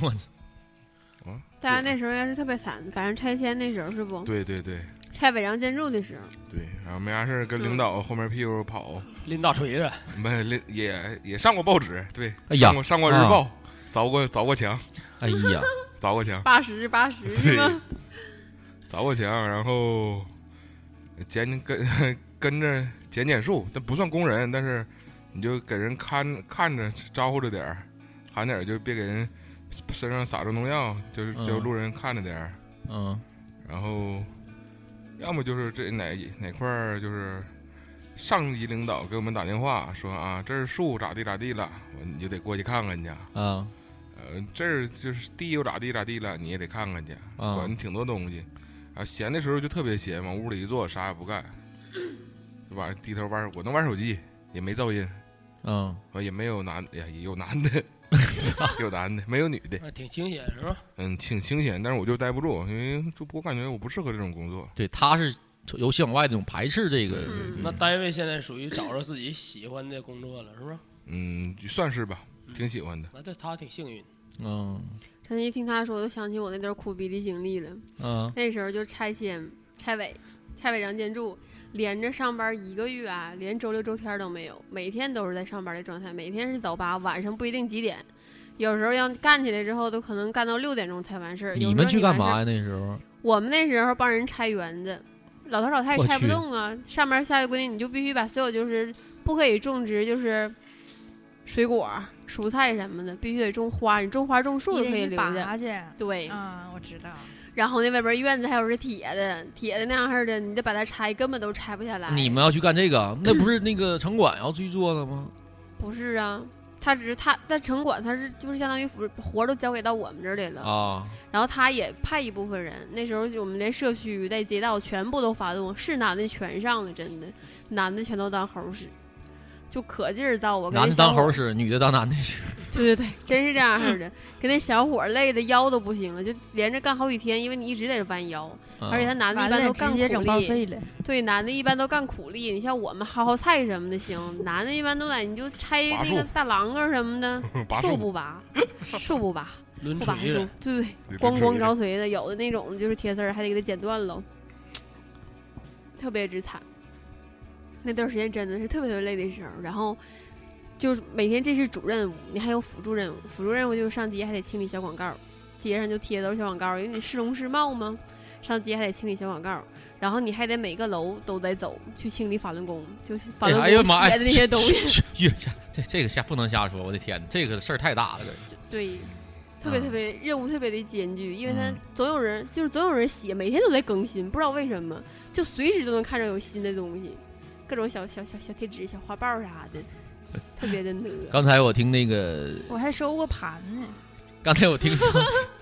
Speaker 8: 我操，
Speaker 10: 啊，
Speaker 4: 大家那时候应该是特别惨，赶上拆迁那时候是不？
Speaker 10: 对对对，
Speaker 4: 拆违章建筑的时候，
Speaker 10: 对，然后没啥事儿跟领导后面屁股跑，
Speaker 9: 拎大锤子，
Speaker 10: 没领也也上过报纸，对，
Speaker 8: 哎呀
Speaker 10: 上过上过日
Speaker 8: 啊
Speaker 10: 报，凿过凿过墙，
Speaker 8: 哎 呀，
Speaker 10: 凿过墙，
Speaker 4: 八十八十是吗？
Speaker 10: 凿过墙，然后捡跟 跟着捡捡树，那不算工人，但是你就给人看看着招呼着点儿，喊点儿就别给人身上撒着农药，就是
Speaker 8: 嗯
Speaker 10: 就路人看着点儿，
Speaker 8: 嗯，
Speaker 10: 然后要么就是这哪哪块儿就是上级领导给我们打电话说啊，这儿树咋地咋地了，你就得过去看看去。
Speaker 8: 啊，
Speaker 10: 呃，这儿就是地又咋地咋地了，你也得看看去，
Speaker 8: 啊
Speaker 10: 管挺多东西。啊，闲的时候就特别闲，往屋里一坐，啥也不干，就把低头玩，我能玩手机，也没噪音，
Speaker 8: 嗯，
Speaker 10: 我也没有男，哎也有男 的，有男的，没有女的，
Speaker 9: 啊挺清闲是吧？
Speaker 10: 嗯，挺清闲，但是我就待不住，因为就我感觉我不适合这种工作。
Speaker 8: 对，他是从由心往外那种排斥这个，
Speaker 4: 嗯
Speaker 8: 对
Speaker 9: 那单位现在属于找着自己喜欢的工作了，是吧？
Speaker 10: 嗯，算是吧，挺喜欢的。
Speaker 9: 那这他挺幸运。
Speaker 8: 嗯
Speaker 4: 陈一听他说，我都想起我那段苦逼的经历了。
Speaker 8: 嗯
Speaker 4: 那时候就拆迁、拆违、拆违章建筑，连着上班一个月啊，连周六周天都没有，每天都是在上班的状态，每天是早八，晚上不一定几点，有时候要干起来之后，都可能干到六点钟才完事儿。有
Speaker 8: 你
Speaker 4: 时
Speaker 8: 们
Speaker 4: 候
Speaker 8: 去干
Speaker 4: 完事儿
Speaker 8: 嘛呀？那时候
Speaker 4: 我们那时候帮人拆园子，老头老太
Speaker 8: 我
Speaker 4: 太拆不
Speaker 8: 去
Speaker 4: 动啊。上面下的规定，你就必须把所有就是不可以种植就是水果、蔬菜什么的，必须得种花。你种花种树
Speaker 13: 你
Speaker 4: 就可以
Speaker 13: 得去
Speaker 4: 留
Speaker 13: 拔
Speaker 4: 着。
Speaker 13: 去。
Speaker 4: 对，
Speaker 13: 啊，我知道。
Speaker 4: 然后那外边院子还有是铁的，铁的那样式的，你得把它拆，根本都拆不下来。
Speaker 8: 你们要去干 这个，那不是那个城管要去做的吗？
Speaker 4: 不是啊？他只是他，但城管他是就是相当于服活儿都交给到我们这儿来了。
Speaker 8: 啊，
Speaker 4: 然后他也派一部分人，那时候我们连社区带街道全部都发动，是男的全上了，真的，男的全都当猴使，就可劲儿造。我跟
Speaker 8: 男
Speaker 4: 那
Speaker 8: 的
Speaker 4: 小
Speaker 8: 当
Speaker 4: 伙
Speaker 8: 猴，使，女的当男的 使，
Speaker 4: 对对对，真是这样式的，给那小伙儿累的腰都不行了，就连着干好几天，因为你一直在这弯腰，
Speaker 8: 嗯
Speaker 4: 而且他男的一
Speaker 13: 完
Speaker 4: 般
Speaker 13: 了
Speaker 4: 都干
Speaker 13: 直接整
Speaker 4: 苦
Speaker 13: 报
Speaker 4: 力
Speaker 13: 废了
Speaker 4: 对，男的一般都干苦力，你像我们薅薅菜什么的行，男的一般都在你就拆
Speaker 10: 拔
Speaker 4: 那个
Speaker 10: 树，
Speaker 4: 大榔头什么的
Speaker 10: 拔
Speaker 4: 树
Speaker 10: 树
Speaker 4: 不拔，树不 拔。
Speaker 9: 抡
Speaker 4: 不把
Speaker 9: 锤
Speaker 4: 树
Speaker 9: 子，，
Speaker 4: 对对
Speaker 9: 得抡
Speaker 4: 对，咣
Speaker 9: 锤
Speaker 4: 咣
Speaker 9: 子
Speaker 4: 着锤的，有的那种就是铁丝儿，还得给它剪断喽，特别之惨。那段时间真的是特别特别累的时候，然后就是每天这是主任务，你还有辅助任务，辅助任务就是上街还得清理小广告，街上就贴的都是小广告，因为你市容市貌嘛，上街还得清理小广告，然后你还得每个楼都得走去清理法轮功，就是法
Speaker 8: 哎呀
Speaker 4: 轮
Speaker 8: 哎呀
Speaker 4: 功
Speaker 8: 妈
Speaker 4: 写
Speaker 8: 呀，
Speaker 4: 的那些东西，
Speaker 8: 嘘，嘘嘘这这个瞎不能瞎说，我的天，这个事儿太大了，这
Speaker 4: 对，特别特别、任务特别的艰巨，因为他
Speaker 8: 啊嗯
Speaker 4: 总有人就是总有人写，每天都在更新，不知道为什么，就随时都能看着有新的东西，各种小小小小贴纸、小画报啥的，特别的那个。
Speaker 8: 刚才我听那个，
Speaker 13: 我还收过盘呢，
Speaker 8: 刚才我听小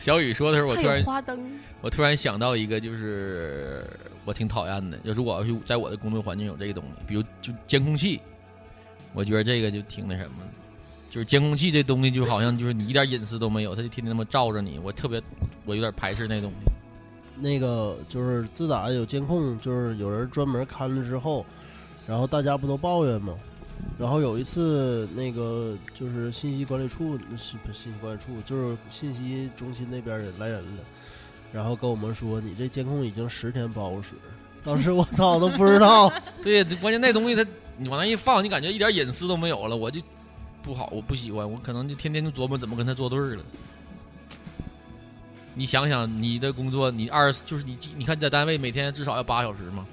Speaker 8: 小雨说的时候，我
Speaker 4: 还
Speaker 8: 突然
Speaker 4: 有花灯，
Speaker 8: 我突然想到一个，就是我挺讨厌的。要如果要是在我的工作环境有这个东西，比如就监控器，我觉得这个就挺那什么的。就是监控器这东西，就好像就是你一点隐私都没有，它就天天那么照着你。我特别，我有点排斥那东西。
Speaker 12: 那个就是自打有监控，就是有人专门看了之后，然后大家不都抱怨吗？然后有一次，那个就是信息管理处，信不是信息管理处，就是信息中心那边人来人了，然后跟我们说，你这监控已经十天不好使。当时我操都不知道，
Speaker 8: 对，关键那东西它你往那一放，你感觉一点隐私都没有了，我就不好，我不喜欢，我可能就天天就琢磨怎么跟他作对儿了。你想想，你的工作，你二十就是你，你看你在单位每天至少要八小时嘛，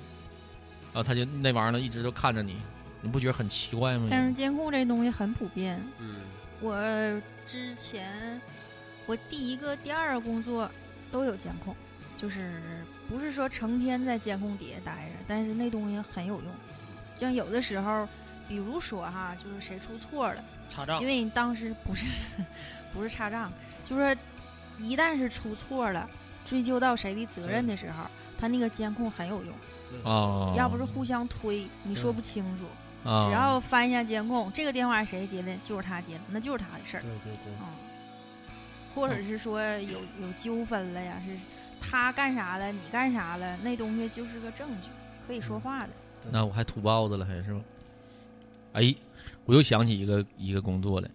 Speaker 8: 然后他就那玩意儿呢一直都看着你，你不觉得很奇怪吗？
Speaker 13: 但是监控这东西很普遍。
Speaker 8: 嗯，
Speaker 13: 我之前我第一个、第二个工作都有监控，就是不是说成天在监控底下待着，但是那东西很有用。就像有的时候，比如说哈，就是谁出错了，
Speaker 9: 查账
Speaker 13: 因为你当时不是 不是查账，就是一旦是出错了，追究到谁的责任的时候，他那个监控很有用。
Speaker 8: 哦，
Speaker 13: 要不是互相推，你说不清楚。
Speaker 8: 啊
Speaker 13: 只要翻一下监控，这个电话谁接的，就是他接的，那就是他的事儿。
Speaker 12: 对对对。
Speaker 13: 嗯，或
Speaker 8: 嗯
Speaker 13: 者是说有有纠纷了呀，是他干啥了，你干啥了，那东西就是个证据，可以
Speaker 8: 嗯
Speaker 13: 说话的。
Speaker 8: 那我还土包子了，还是吧？哎，我又想起一个一个工作来，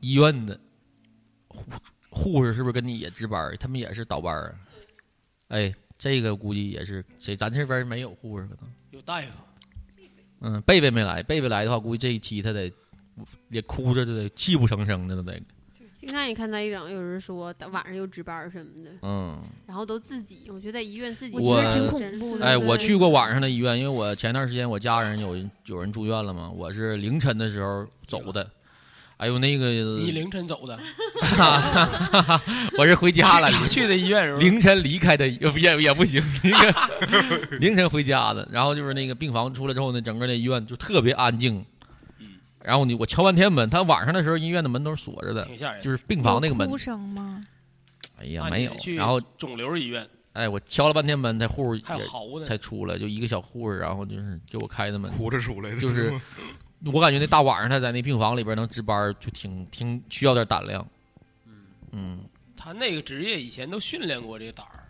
Speaker 8: 医院的护护士是不是跟你也值班儿？他们也是倒班儿啊？哎，这个估计也是谁，咱这边没有护士可能。
Speaker 9: 有大夫，
Speaker 8: 嗯，贝贝没来，贝贝来的话，估计这一期他得也哭着，就得泣不成声的，都得。
Speaker 4: 经常也看到一整有人说晚上又值班什么的，
Speaker 8: 嗯，
Speaker 4: 然后都自己，我觉得在医院自己
Speaker 8: 我
Speaker 4: 真是
Speaker 8: 哎，我去过晚上的医院，因为我前段时间我家人有人有人住院了嘛，我是凌晨的时候走的。哎呦，那个
Speaker 9: 你凌晨 走的，
Speaker 8: 我是回家 了，
Speaker 9: 去的医院是吧？
Speaker 8: 凌晨离开的也不也也不行， 那个凌晨回家的。然后就是那个病房出来之后呢，整个那医院就特别安静。嗯然后你我敲半天门，他晚上的时候医院的门都是锁着的
Speaker 9: 挺吓人，
Speaker 8: 就是病房那个门
Speaker 13: 有哭。声吗？
Speaker 8: 哎呀，
Speaker 9: 那
Speaker 8: 没
Speaker 9: 你
Speaker 8: 有
Speaker 9: 得。去
Speaker 8: 然后
Speaker 9: 肿瘤医院，
Speaker 8: 哎，我敲了半天门，才护士
Speaker 9: 还
Speaker 8: 也
Speaker 9: 嚎呢
Speaker 8: 才出来，就一个小护士，然后就是给我开的门，
Speaker 10: 哭着出来的
Speaker 8: 就是
Speaker 10: 是吗
Speaker 8: 我感觉那大晚上他在那病房里边能值班，就挺挺需要点胆量。嗯
Speaker 9: 他那个职业以前都训练过这个胆儿，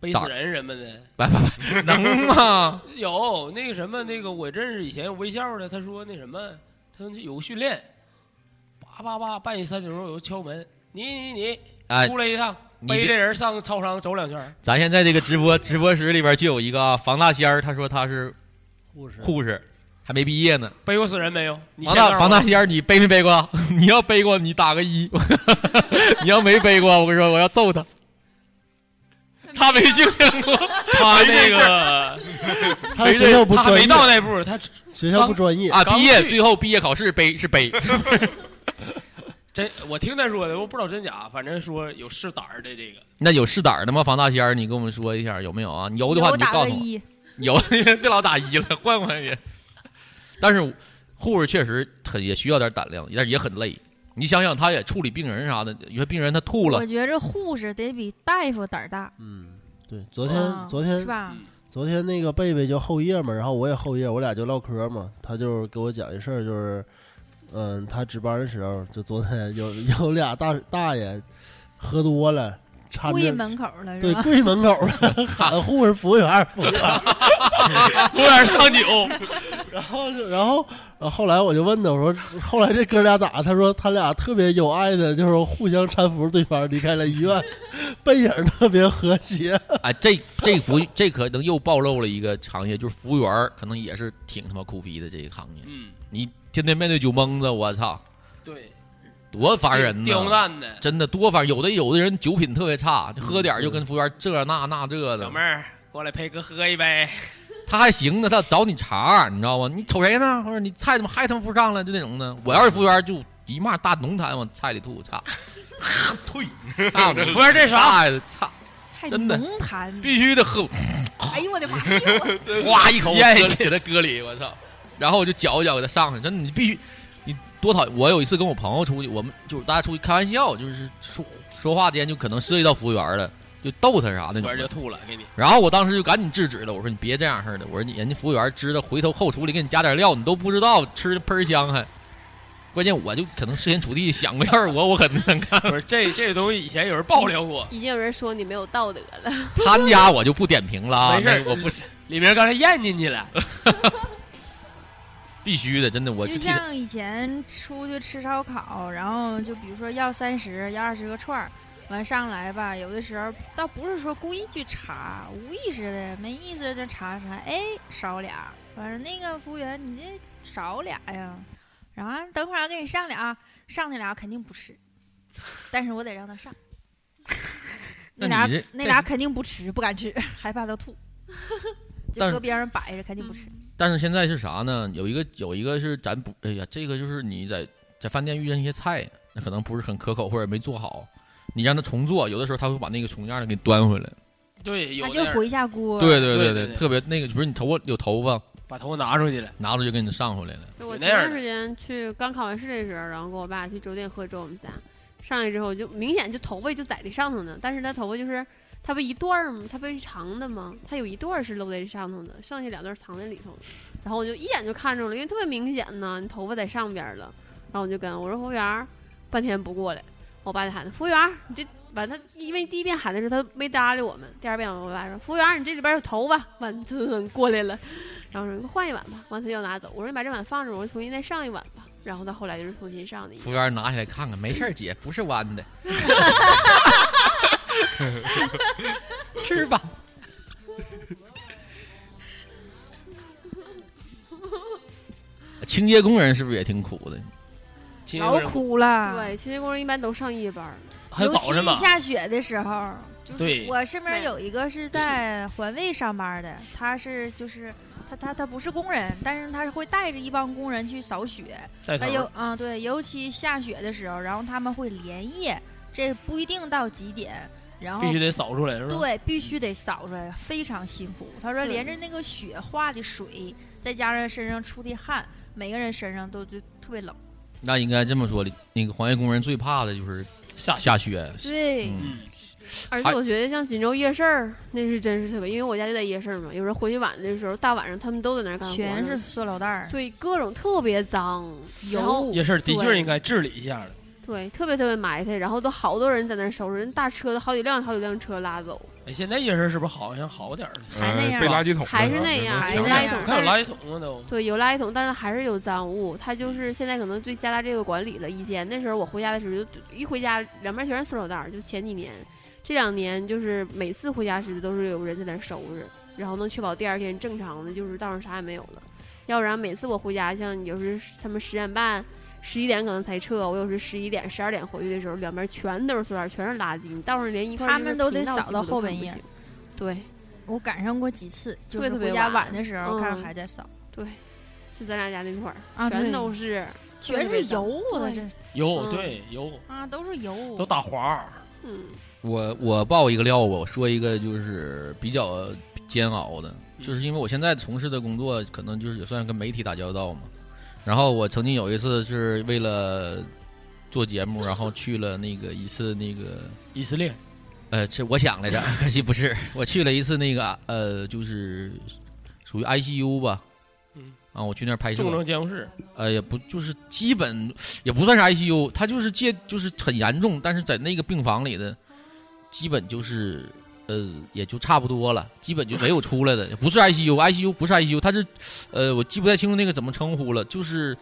Speaker 9: 背
Speaker 8: 胆
Speaker 9: 死
Speaker 8: 儿
Speaker 9: 人什么的。
Speaker 8: 拜拜拜，能吗？
Speaker 9: 有那个什么，那个我认识以前有微笑的，他说那什么，他有个训练，叭叭叭，半夜三点钟有人敲门，你你你，
Speaker 8: 哎
Speaker 9: 出来一趟，
Speaker 8: 你
Speaker 9: 背
Speaker 8: 这
Speaker 9: 着人上操场走两圈儿，
Speaker 8: 咱现在这个直播直播室里边就有一个啊房大仙儿，他说他是
Speaker 12: 护士
Speaker 8: 护士，还没毕业呢。
Speaker 9: 背过死人没有？你
Speaker 8: 房
Speaker 9: 先
Speaker 8: 大
Speaker 9: 告诉
Speaker 8: 房
Speaker 9: 我
Speaker 8: 大仙儿，你背没背过？ 你要背过，你打个一； 你要没背过，我跟你说，我要揍他。他没训练过，
Speaker 9: 他那个
Speaker 12: 他学
Speaker 8: 哦
Speaker 12: 校不
Speaker 9: 哎他还
Speaker 12: 专
Speaker 9: 没
Speaker 12: 业
Speaker 9: 到那步，他
Speaker 12: 学校不专业
Speaker 8: 啊！毕
Speaker 9: 刚
Speaker 8: 业
Speaker 9: 去
Speaker 8: 最后毕业考试背是背，
Speaker 9: 真我听他说的，我不知道真假，反正说有试胆儿的 这个，
Speaker 8: 那有试胆儿的吗？房大仙儿，你跟我们说一下有没有啊？有的话
Speaker 13: 有
Speaker 8: 你就
Speaker 13: 打
Speaker 8: 告
Speaker 13: 个
Speaker 8: 诉我。
Speaker 13: 一，
Speaker 8: 有，别老打一了，换换也。 但是护士确实很也需要点胆量，但是也很累。你想想，他也处理病人啥的，有些病人他吐了
Speaker 13: 我，觉着护士得比大夫胆儿大。
Speaker 12: 嗯，对，昨天、
Speaker 13: 啊
Speaker 12: 昨天
Speaker 13: 是吧？
Speaker 12: 昨天那个贝贝就后夜嘛，然后我也后夜，我俩就唠嗑嘛。他就是给我讲一事儿，就是，嗯，他值班的时候，就昨天有有俩大大爷喝多了，搀
Speaker 13: 跪
Speaker 12: 着
Speaker 13: 门口了是
Speaker 12: 对
Speaker 13: 吧？
Speaker 12: 跪门口了，喊护士、服务员、服务员，
Speaker 9: 服务员上酒，
Speaker 12: 然后就然后然后后来我就问他，我说后来这哥俩咋？他说他俩特别有爱的，就是互相搀扶对方离开了医院，背影特别和谐。
Speaker 8: 哎，这这不这可能又暴露了一个行业，就是服务员儿可能也是挺他妈苦逼的这个行业。
Speaker 9: 嗯，
Speaker 8: 你天天面对酒蒙子，我操，
Speaker 9: 对，
Speaker 8: 多烦人
Speaker 9: 刁
Speaker 8: 呐！
Speaker 9: 难的
Speaker 8: 真的多烦，有的有的人酒品特别差，就喝点儿就跟服务员这那那这的
Speaker 9: 小妹。儿过来陪哥喝一杯，
Speaker 8: 他还行呢，他找你茬儿，你知道吗？你瞅谁呢？或者你菜怎么还他妈不上来？就那种的。我要是服务员，就一骂大浓痰往菜里吐， 操！ 退啊！我
Speaker 9: 服务员这啥
Speaker 8: 大爷的操！
Speaker 13: 还
Speaker 8: 真的
Speaker 13: 浓痰，
Speaker 8: 必须得喝，
Speaker 13: 哎呦我的妈！哎呦我
Speaker 8: 哗一口
Speaker 9: 咽
Speaker 8: 搁
Speaker 9: 下
Speaker 8: 给他搁里，我操！然后我就搅一搅给他上去，真的，你必须，你多讨厌。我有一次跟我朋友出去，我们就是大家出去开玩笑，就是说说话间就可能涉及到服务员了，就逗他啥
Speaker 9: 服
Speaker 8: 那
Speaker 9: 务
Speaker 8: 种
Speaker 9: 员
Speaker 8: 的
Speaker 9: 就。吐了，给你。
Speaker 8: 然后我当时就赶紧制止了，我说你别这样式儿的，我说你人家服务员知道，回头后厨里给你加点料，你都不知道，吃的喷儿香还。关键我就可能设身处地想过，要是我，我肯定能干。
Speaker 9: 不是这这东西以前有人爆料过，
Speaker 4: 已经有人说你没有道德了，
Speaker 8: 他们家我就不点评了 啊，
Speaker 9: 没事儿
Speaker 8: 那我不是
Speaker 9: 李明刚才咽进去 了，
Speaker 8: 必须的，真的，我
Speaker 13: 就
Speaker 8: 就替他。
Speaker 13: 像以前出去吃烧烤，然后就比如说要三十，要二十个串儿，完上来吧，有的时候倒不是说故意去查，无意识的没意识就查查，哎，少俩，完了那个服务员你这少俩呀，然后啊等会儿我给你上俩，啊上那俩肯定不吃，但是我得让他 上。那
Speaker 8: 那
Speaker 13: 俩
Speaker 8: 你这
Speaker 13: 那俩肯定不吃，不敢吃， 害怕他 吐，就
Speaker 8: 但是嗯
Speaker 13: 搁边上摆着，肯定不吃。
Speaker 8: 但是现在是啥呢？有一个有一个是咱不，哎呀，这个就是你在在饭店遇见一些菜，那可能不是很可口或者没做好，你让他重做，有的时候他会把那个重样的给端回来。
Speaker 9: 对，有
Speaker 13: 那
Speaker 9: 的
Speaker 13: 就
Speaker 9: 人
Speaker 13: 回一下锅。
Speaker 8: 对对
Speaker 9: 对对
Speaker 8: 对
Speaker 9: 对
Speaker 8: 特别那个，不是你头发有头发，
Speaker 9: 把头拿出 去了，
Speaker 8: 拿出去给你上回来了。
Speaker 4: 就我
Speaker 9: 有
Speaker 4: 前
Speaker 9: 那
Speaker 4: 段
Speaker 9: 样的
Speaker 4: 时间去刚考完试的时候，然后跟我爸去酒店喝粥，我们仨上来之后就明显就头发就在这上头呢，但是他头发就是他不一段儿吗？他不是长的吗？他有一段儿是露在这上头的，剩下两段儿藏在里头的。然后我就一眼就看中了，因为特别明显呢，你头发在上边儿了。然后我就跟我说服务员儿，半天不过来，我爸就喊他服务员儿，你这完他因为第一遍喊的时候他没搭理我们，第二遍我爸说服务员儿你这里边儿有头发，完滋过来了。然后说你给我换一碗吧，完他就要拿走。我说你把这碗放着，我说重新再上一碗吧。然后到后来就是重新上的一
Speaker 8: 服务员拿起来看看，没事儿，姐不是弯的。
Speaker 14: 吃吧。
Speaker 8: 清洁工人是不是也挺苦的？
Speaker 13: 老苦了。
Speaker 4: 对，清洁工人一般都上夜班儿，
Speaker 13: 尤其一下雪的时候，就是
Speaker 4: 对
Speaker 13: 我身边有一个是在环卫上班的，他是就是他他他不是工人，但是他是会带着一帮工人去扫雪，
Speaker 9: 带头
Speaker 13: 还有啊、对，尤其下雪的时候，然后他们会连夜，这不一定到几点，然后
Speaker 9: 必须得扫出来是吧？
Speaker 13: 对，必须得扫出来，非常辛苦。他说，连着那个雪化的水，再加上身上出的汗，每个人身上都就特别冷。
Speaker 8: 那应该这么说的，那个环卫工人最怕的就是
Speaker 9: 下
Speaker 8: 下雪。
Speaker 13: 对，
Speaker 8: 嗯，
Speaker 4: 而且我觉得像锦州夜市儿，那是真是特别，因为我家就在夜市儿嘛，有人回去晚的时候，大晚上他们都在那儿干活呢，
Speaker 13: 全是塑料袋儿，
Speaker 4: 对，各种特别脏，然后
Speaker 9: 夜市的确
Speaker 4: 对
Speaker 9: 是应该治理一下的。
Speaker 4: 对，特别特别埋汰，然后都好多人在那儿收拾，人大车好几辆好几辆车拉走，
Speaker 9: 哎，现在夜市是不是好像好点儿了？
Speaker 10: 还那样嗯被垃圾桶嗯
Speaker 4: 还是那样，
Speaker 9: 还
Speaker 4: 有 垃圾桶，
Speaker 9: 看
Speaker 4: 但
Speaker 9: 有垃
Speaker 4: 是
Speaker 9: 圾桶吗？都
Speaker 4: 对，有垃圾桶，但是还是有脏物。它就是现在可能对加大这个管理了。以前那时候我回家的时候就，一回家两边全是塑料袋儿，就前几年。这两年就是每次回家时都是有人在那儿收拾，然后能确保第二天正常的，就是道上啥也没有了。要不然每次我回家，像有时他们十点半、十一点可能才撤，我有时十一点、十二点回去的时候，两边全都是塑料，全是垃圾，你道上连一块儿
Speaker 13: 他
Speaker 4: 就是
Speaker 13: 们都得
Speaker 4: 频道
Speaker 13: 扫
Speaker 4: 几
Speaker 13: 到
Speaker 4: 乎都
Speaker 13: 后
Speaker 4: 看
Speaker 13: 半
Speaker 4: 不
Speaker 13: 夜
Speaker 4: 清。对，
Speaker 13: 我赶上过几次，就
Speaker 4: 特
Speaker 13: 是
Speaker 4: 别特别
Speaker 13: 回家
Speaker 4: 晚
Speaker 13: 晚的时候看
Speaker 4: 嗯
Speaker 13: 还在扫，
Speaker 4: 对，就咱俩家那块儿，
Speaker 13: 啊
Speaker 4: 全
Speaker 13: 对
Speaker 4: 都是，
Speaker 13: 全是油，我的这
Speaker 9: 有
Speaker 4: 嗯
Speaker 9: 对有
Speaker 13: 啊都是油，
Speaker 9: 都打滑，
Speaker 4: 嗯，
Speaker 8: 我我爆一个料吧，我说一个就是比较煎熬的，就是因为我现在从事的工作可能就是也算跟媒体打交道嘛。然后我曾经有一次是为了做节目，然后去了那个一次那个
Speaker 9: 以色列，
Speaker 8: 呃，是我想来着， 可惜不是，我去了一次那个呃，就是属于 ICU 吧，
Speaker 9: 嗯，
Speaker 8: 啊，我去那儿拍摄
Speaker 9: 重症监护室，
Speaker 8: 呃，也不就是基本也不算是 ICU，它就是介就是很严重，但是在那个病房里的基本就是呃也就差不多了，基本就没有出来的，也不是 ICU，ICU 不是 ICU，它是呃我记不太清楚那个怎么称呼了，就是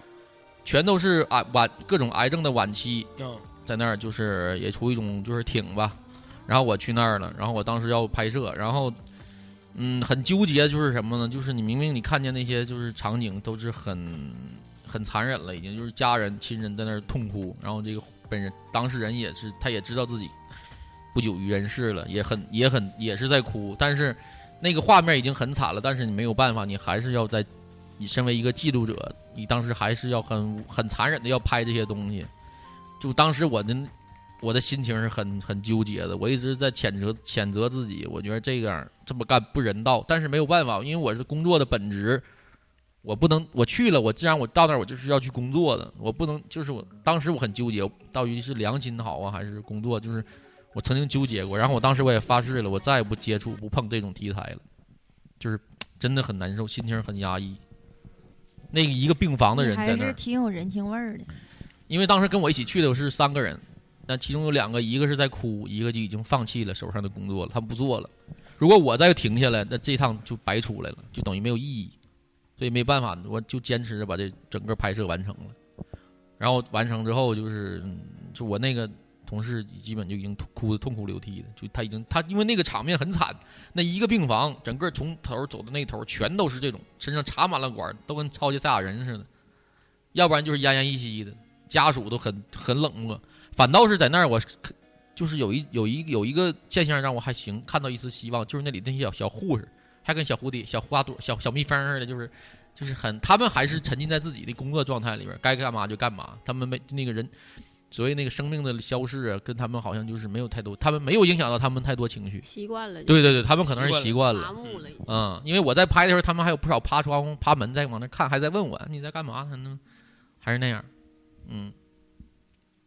Speaker 8: 全都是啊晚各种癌症的晚期，
Speaker 9: 嗯，
Speaker 8: 在那儿就是也处于一种就是挺吧，然后我去那儿了，然后我当时要拍摄，然后嗯很纠结就是什么呢？就是你明明你看见那些就是场景都是很很残忍了，已经就是家人亲人在那儿痛哭，然后这个本人当事人也是他也知道自己不久于人世了，也很也很也是在哭，但是那个画面已经很惨了，但是你没有办法，你还是要在。你身为一个记录者，你当时还是要很很残忍的要拍这些东西，就当时我的我的心情是很很纠结的，我一直在谴责谴责自己，我觉得这样这么干不人道，但是没有办法，因为我是工作的本职，我不能我去了，我既然我到那儿，我就是要去工作的，我不能就是我当时我很纠结，到底是良心好啊，还是工作？就是我曾经纠结过，然后我当时我也发誓了，我再也不接触不碰这种题材了，就是真的很难受，心情很压抑。那个一个病房的人在
Speaker 13: 还
Speaker 8: 那
Speaker 13: 是
Speaker 8: 儿，
Speaker 13: 挺有人情味儿的。
Speaker 8: 因为当时跟我一起去的是三个人，那其中有两个，一个是在哭，一个就已经放弃了手上的工作了，他不做了。如果我再停下来，那这趟就白出来了，就等于没有意义。所以没办法，我就坚持着把这整个拍摄完成了。然后完成之后，就是嗯就我那个同事基本就已经痛哭的痛哭流涕的，就他已经他因为那个场面很惨，那一个病房整个从头走到那头全都是这种，身上插满了管儿，都跟超级赛亚人似的。要不然就是奄奄一息的，家属都很很冷漠，反倒是在那儿我就是有一有一有一个现象让我还行看到一丝希望，就是那里那些小小护士还跟小蝴蝶、小花朵、小小蜜蜂似的，就是就是很他们还是沉浸在自己的工作状态里边，该干嘛就干嘛，他们没那个人。所谓那个生命的消逝啊，跟他们好像就是没有太多，他们没有影响到他们太多情绪，
Speaker 4: 习惯了就
Speaker 8: 对对对，他们可能是习
Speaker 4: 习
Speaker 8: 惯
Speaker 4: 惯了
Speaker 8: 了，
Speaker 4: 麻木了已经
Speaker 8: 嗯，因为我在拍的时候，他们还有不少爬窗户、爬门在往那看，还在问我你在干嘛呢，还是那样，嗯。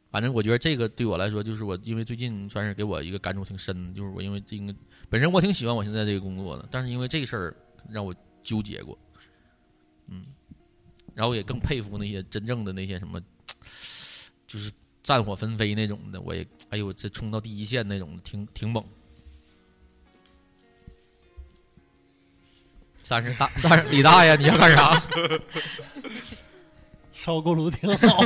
Speaker 8: 反正我觉得这个对我来说，就是我因为最近算是给我一个感触挺深的，就是我因为这个本身我挺喜欢我现在这个工作的，但是因为这个事儿让我纠结过，嗯，然后也更佩服那些真正的那些什么，就是战火纷飞那种的，我也哎呦，这冲到第一线那种的，挺挺猛。三十大，三十李大爷，你要干啥？
Speaker 12: 烧锅炉挺好。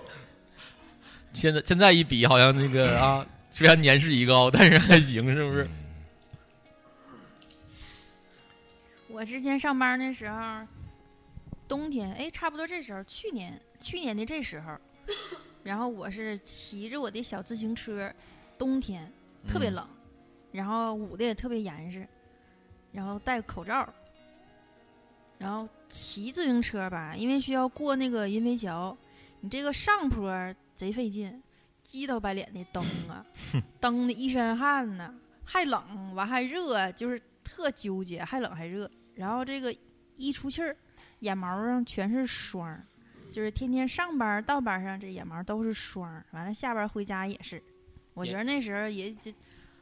Speaker 8: 现在现在一比，好像那个啊，虽然年事已高，但是还行，是不是？
Speaker 10: 嗯
Speaker 13: 我之前上班的时候，冬天，哎，差不多这时候，去年去年的这时候，然后我是骑着我的小自行车，冬天特别
Speaker 11: 嗯
Speaker 13: 冷，然后捂的也特别严实，然后戴口罩，然后骑自行车吧，因为需要过那个云飞桥，你这个上坡儿贼费劲，鸡头白脸的蹬啊，蹬的一身汗呐、还冷完还热，就是特纠结，还冷还热。然后这个一出气儿，眼毛上全是霜儿，就是天天上班儿到班儿上这眼毛都是霜儿，完了下班儿回家也是。我觉
Speaker 11: 也
Speaker 13: 得那时候也这